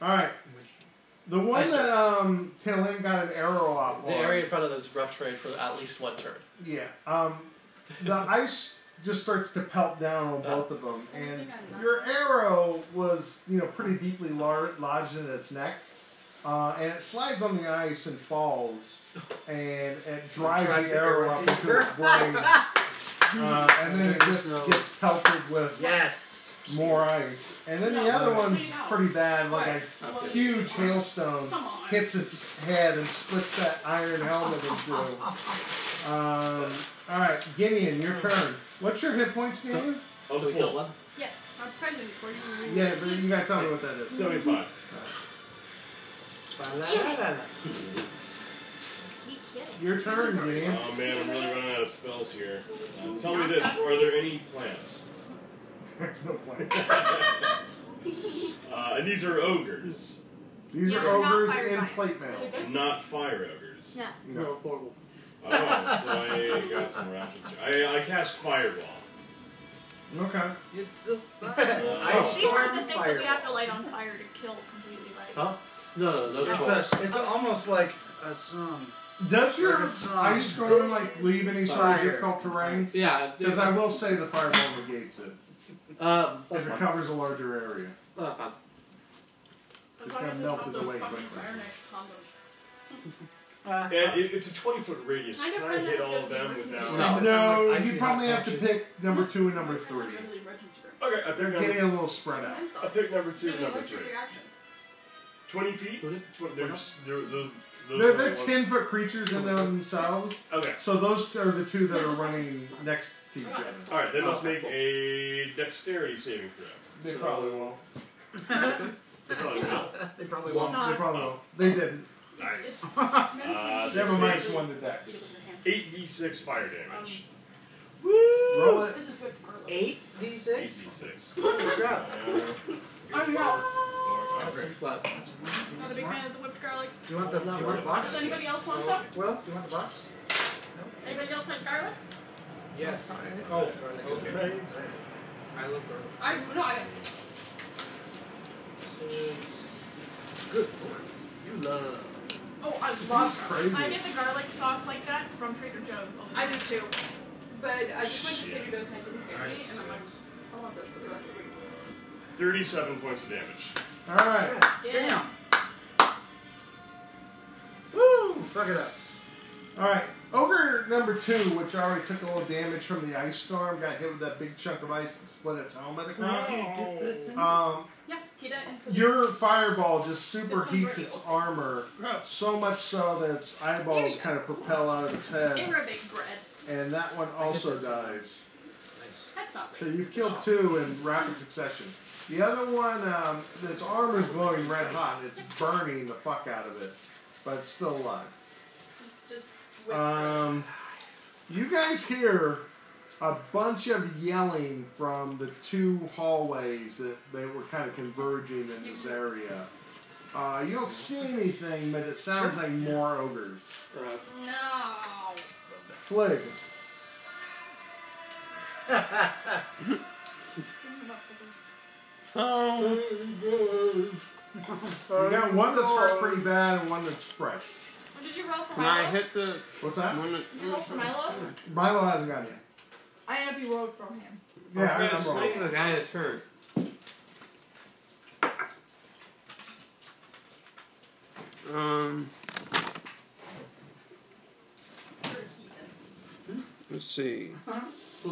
[SPEAKER 3] Alright. The one
[SPEAKER 4] Ice
[SPEAKER 3] that um Talin got an arrow off
[SPEAKER 4] The
[SPEAKER 3] on.
[SPEAKER 4] area in front of them is rough terrain for at least one turn.
[SPEAKER 3] Yeah. Um, the ice just starts to pelt down on both of them, and your arrow was you know pretty deeply lar- lodged in its neck, uh, and it slides on the ice and falls, and it drives,
[SPEAKER 6] Drives
[SPEAKER 3] the
[SPEAKER 6] the
[SPEAKER 3] arrow
[SPEAKER 6] arrow
[SPEAKER 3] up into
[SPEAKER 6] deeper.
[SPEAKER 3] its brain, uh, and then it just gets pelted with
[SPEAKER 6] Yes.
[SPEAKER 3] more ice. And then the other one's pretty bad, like a huge hailstone hits its head and splits that iron helmet in two. Um, all right, Gideon, your turn. What's your hit points, Gideon?
[SPEAKER 12] I'm
[SPEAKER 4] so we
[SPEAKER 12] full.
[SPEAKER 4] killed one.
[SPEAKER 10] Yes, my present for you.
[SPEAKER 3] yeah, but you gotta tell me what that is.
[SPEAKER 12] 75.
[SPEAKER 5] You kidding?
[SPEAKER 3] Your turn, Gideon.
[SPEAKER 12] Oh man, I'm really running out of spells here. Uh, tell me this: Are there any plants?
[SPEAKER 3] There's no plan.
[SPEAKER 12] Uh, and these are ogres,
[SPEAKER 3] These
[SPEAKER 5] Yes,
[SPEAKER 3] are
[SPEAKER 5] not
[SPEAKER 3] ogres
[SPEAKER 5] fire
[SPEAKER 3] in
[SPEAKER 5] giants.
[SPEAKER 3] plate mail.
[SPEAKER 12] not fire ogres.
[SPEAKER 5] No.
[SPEAKER 3] No.
[SPEAKER 4] horrible.
[SPEAKER 12] Oh, so I got some more options here. I, I cast fireball.
[SPEAKER 3] Okay.
[SPEAKER 4] It's a
[SPEAKER 12] Ice
[SPEAKER 5] These aren't the
[SPEAKER 6] storm
[SPEAKER 5] things that we have to light on fire to kill completely. Like,
[SPEAKER 4] Huh? No, no, no those
[SPEAKER 6] It's,
[SPEAKER 4] are
[SPEAKER 6] a,
[SPEAKER 4] balls.
[SPEAKER 6] it's almost like a song.
[SPEAKER 3] Does your
[SPEAKER 6] Like a song.
[SPEAKER 3] ice storm like leave any sort of
[SPEAKER 6] Fire.
[SPEAKER 3] difficult terrain?
[SPEAKER 4] Yeah,
[SPEAKER 3] Because I will say the fireball negates it.
[SPEAKER 4] Um,
[SPEAKER 3] If it covers a larger area.
[SPEAKER 4] uh, fine.
[SPEAKER 3] It's kind of melted away quickly.
[SPEAKER 12] and it, it's a 20 foot radius.
[SPEAKER 10] Kind
[SPEAKER 12] Can
[SPEAKER 10] of
[SPEAKER 12] I
[SPEAKER 10] friend
[SPEAKER 12] hit
[SPEAKER 10] that
[SPEAKER 12] all of them without.
[SPEAKER 3] No, no you probably have to pick number two and number three.
[SPEAKER 12] Okay, I pick
[SPEAKER 3] They're
[SPEAKER 12] number
[SPEAKER 3] getting a
[SPEAKER 12] two.
[SPEAKER 3] little spread out.
[SPEAKER 12] I pick number two and
[SPEAKER 10] Maybe
[SPEAKER 12] number
[SPEAKER 10] what's your
[SPEAKER 12] three.
[SPEAKER 10] reaction?
[SPEAKER 12] 20 feet? Tw- There's, there's, those, those
[SPEAKER 3] They're,
[SPEAKER 12] are
[SPEAKER 3] they're
[SPEAKER 12] the ones-
[SPEAKER 3] ten foot creatures in themselves.
[SPEAKER 12] Okay.
[SPEAKER 3] So those are the two that are running next to each other.
[SPEAKER 12] Alright, they must
[SPEAKER 3] Oh.
[SPEAKER 12] make a dexterity saving throw.
[SPEAKER 3] They probably won't.
[SPEAKER 12] They probably will.
[SPEAKER 4] They probably
[SPEAKER 3] Well,
[SPEAKER 4] won't.
[SPEAKER 3] They probably won't. They didn't.
[SPEAKER 12] Nice.
[SPEAKER 3] Uh, they have a minus one to dex.
[SPEAKER 12] 8d6 fire damage.
[SPEAKER 3] Roll it.
[SPEAKER 10] This is what Carla.
[SPEAKER 4] 8d6?
[SPEAKER 12] 8d6.
[SPEAKER 4] Yeah.
[SPEAKER 10] I'm not.
[SPEAKER 4] What?
[SPEAKER 10] Not a big fan of the whipped garlic.
[SPEAKER 4] Do you want the, do you want the box?
[SPEAKER 10] Does anybody else want some?
[SPEAKER 4] Well, do you want the box?
[SPEAKER 10] Anybody else like garlic?
[SPEAKER 6] Yes.
[SPEAKER 4] Oh,
[SPEAKER 6] Okay. I love garlic.
[SPEAKER 10] I no. I
[SPEAKER 6] Good lord.
[SPEAKER 4] You love.
[SPEAKER 10] oh I love
[SPEAKER 3] is
[SPEAKER 10] garlic.
[SPEAKER 3] crazy.
[SPEAKER 10] I get the garlic sauce like that from Trader Joe's. Oh, I do too. But I just went to Trader Joe's and I didn't get any, and I'm like, I'll have those for the rest of the week.
[SPEAKER 12] 37 points of damage.
[SPEAKER 3] All right.
[SPEAKER 10] Yeah.
[SPEAKER 3] Woo! Suck it up. All right. Ogre number two, which already took a little damage from the ice storm, got hit with that big chunk of ice that split its helmet across.
[SPEAKER 13] Uh,
[SPEAKER 3] Um,
[SPEAKER 10] Yeah, he didn't.
[SPEAKER 3] Your fireball just super
[SPEAKER 10] This one's
[SPEAKER 3] heats
[SPEAKER 10] real.
[SPEAKER 3] its armor so much so that its eyeballs kind of propel out of its head,
[SPEAKER 10] Inra baked bread.
[SPEAKER 3] and that one also dies.
[SPEAKER 10] That's not
[SPEAKER 3] So you've killed two in rapid succession. The other one, um, its armor's glowing red hot. It's burning the fuck out of it, but it's still alive.
[SPEAKER 10] It's just whipped
[SPEAKER 13] Uh,
[SPEAKER 3] Um, you guys hear a bunch of yelling from the two hallways that they were kind of converging in this area. Uh, you don't see anything, but it sounds like more ogres.
[SPEAKER 10] No.
[SPEAKER 3] Flig.
[SPEAKER 13] Oh.
[SPEAKER 3] You got one that's hurt pretty bad and one that's fresh.
[SPEAKER 10] What did you roll for
[SPEAKER 13] Can I
[SPEAKER 10] Milo?
[SPEAKER 13] hit the?
[SPEAKER 3] What's that?
[SPEAKER 13] One that
[SPEAKER 10] You rolled for Milo?
[SPEAKER 3] Milo hasn't gotten yet.
[SPEAKER 10] I don't know if you rolled from him.
[SPEAKER 3] Yeah, I
[SPEAKER 13] I was
[SPEAKER 3] remember.
[SPEAKER 13] thinking the guy that's hurt. Um. Let's see.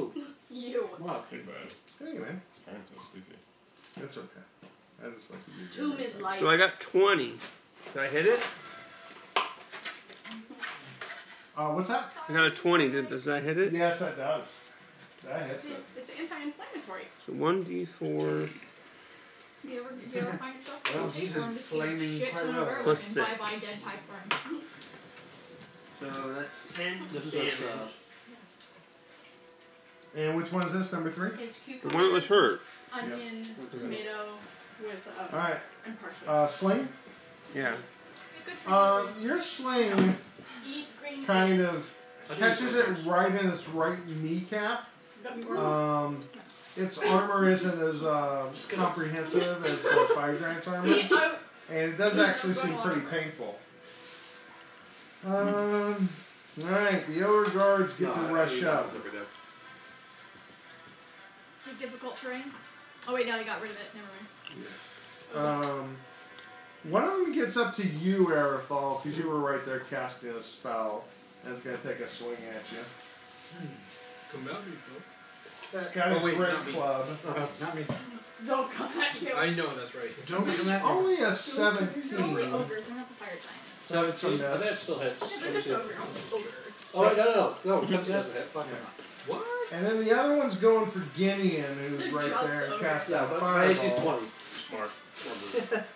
[SPEAKER 10] You.
[SPEAKER 12] Wow, good bad.
[SPEAKER 3] Hey, man.
[SPEAKER 12] It's kind of so sleepy.
[SPEAKER 3] That's okay. I just like to be
[SPEAKER 10] Tomb is life.
[SPEAKER 13] So I got twenty. Did I hit it?
[SPEAKER 3] Uh, what's that?
[SPEAKER 13] I got a twenty. Did, does that hit it?
[SPEAKER 3] Yes, that does. That hits it.
[SPEAKER 10] It's anti-inflammatory.
[SPEAKER 13] So one d four
[SPEAKER 10] You ever, you ever find yourself?
[SPEAKER 4] Oh,
[SPEAKER 10] Take
[SPEAKER 4] Jesus,
[SPEAKER 10] one to see
[SPEAKER 4] flaming
[SPEAKER 10] shit ton of
[SPEAKER 4] pyro.
[SPEAKER 10] herb
[SPEAKER 13] Plus
[SPEAKER 10] and
[SPEAKER 13] six.
[SPEAKER 10] Bye bye dead typeworm.
[SPEAKER 13] So that's ten
[SPEAKER 18] This is
[SPEAKER 13] damage.
[SPEAKER 18] what's, uh,
[SPEAKER 3] And which one is this? Number three?
[SPEAKER 10] It's
[SPEAKER 13] The
[SPEAKER 10] cucumber,
[SPEAKER 13] one that was hurt.
[SPEAKER 10] onion, tomato with uh,
[SPEAKER 3] All right.
[SPEAKER 10] and parsley.
[SPEAKER 3] Uh, sling?
[SPEAKER 13] Yeah.
[SPEAKER 3] Uh, your sling
[SPEAKER 10] Eat green
[SPEAKER 3] kind of catches it right in its right kneecap. Um, its armor isn't as uh, comprehensive as the Fire Giant's armor.
[SPEAKER 10] See, I,
[SPEAKER 3] And it does actually seem pretty painful. Um, alright, the other guards get to rush up.
[SPEAKER 10] the difficult terrain. Oh wait, no, you got rid of it. Never mind.
[SPEAKER 3] Um, one of them gets up to you, Arathol, because you were right there casting a spell. And it's going to take a swing at you.
[SPEAKER 6] Come out here, Phil.
[SPEAKER 3] It's got a
[SPEAKER 6] oh, wait,
[SPEAKER 3] great
[SPEAKER 6] not me.
[SPEAKER 3] club.
[SPEAKER 6] Not me.
[SPEAKER 10] Don't come back here.
[SPEAKER 6] I know that's right.
[SPEAKER 4] Don't
[SPEAKER 3] It's
[SPEAKER 4] come at me.
[SPEAKER 3] only a
[SPEAKER 10] They're only
[SPEAKER 3] 17.
[SPEAKER 10] ogres. They're not the fire giants.
[SPEAKER 3] So it's a
[SPEAKER 2] That
[SPEAKER 3] miss.
[SPEAKER 2] still hits.
[SPEAKER 10] Yeah, they're just ogres. Ogres.
[SPEAKER 2] Oh, wait, no, no, no. No, that's that's hit. Fuck
[SPEAKER 6] What?
[SPEAKER 3] And then the other one's going for Gideon, who's
[SPEAKER 10] They're
[SPEAKER 3] right
[SPEAKER 10] just
[SPEAKER 3] there and
[SPEAKER 10] ogres.
[SPEAKER 3] casting
[SPEAKER 2] Yeah,
[SPEAKER 3] a
[SPEAKER 2] but my AC's
[SPEAKER 3] fireball.
[SPEAKER 2] 20. Smart.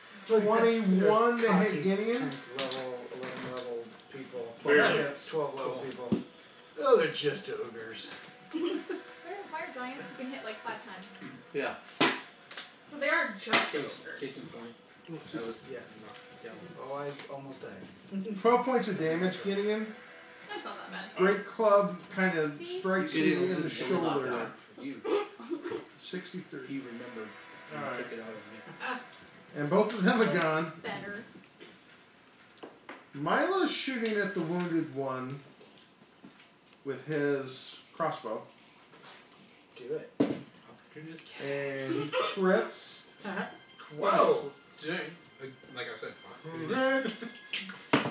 [SPEAKER 3] 21 to hit Gideon.
[SPEAKER 6] 10th level, 11 level people.
[SPEAKER 3] Barely. Yes.
[SPEAKER 6] 12 level people. Oh, they're just ogres.
[SPEAKER 10] They're the fire giants. You can hit like five times.
[SPEAKER 18] Yeah.
[SPEAKER 10] So they are just ogres.
[SPEAKER 2] Case, case in point.
[SPEAKER 6] That was, yeah, no, yeah. Oh, I almost died.
[SPEAKER 3] 12 points of damage, Gideon.
[SPEAKER 10] That's not that bad.
[SPEAKER 3] Great club kind of strikes you
[SPEAKER 2] Gideon's
[SPEAKER 3] in the
[SPEAKER 2] instantly knocked
[SPEAKER 3] shoulder.
[SPEAKER 2] out. You.
[SPEAKER 3] 63.
[SPEAKER 2] He remembered.
[SPEAKER 3] Alright.
[SPEAKER 2] Took it out of me.
[SPEAKER 3] And both of them are gone.
[SPEAKER 10] Better.
[SPEAKER 3] Milo's shooting at the wounded one with his crossbow
[SPEAKER 6] Do it. Opportunity.
[SPEAKER 3] and crits. Mm-hmm.
[SPEAKER 6] Whoa! Dang. Like I said, fuck.
[SPEAKER 3] Crit.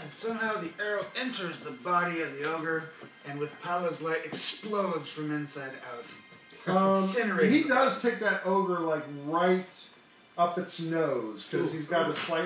[SPEAKER 6] and somehow the arrow enters the body of the ogre, and with Paula's light explodes from inside out,
[SPEAKER 3] Um,
[SPEAKER 6] incinerating.
[SPEAKER 3] he does take that ogre like right up its nose because he's got a slight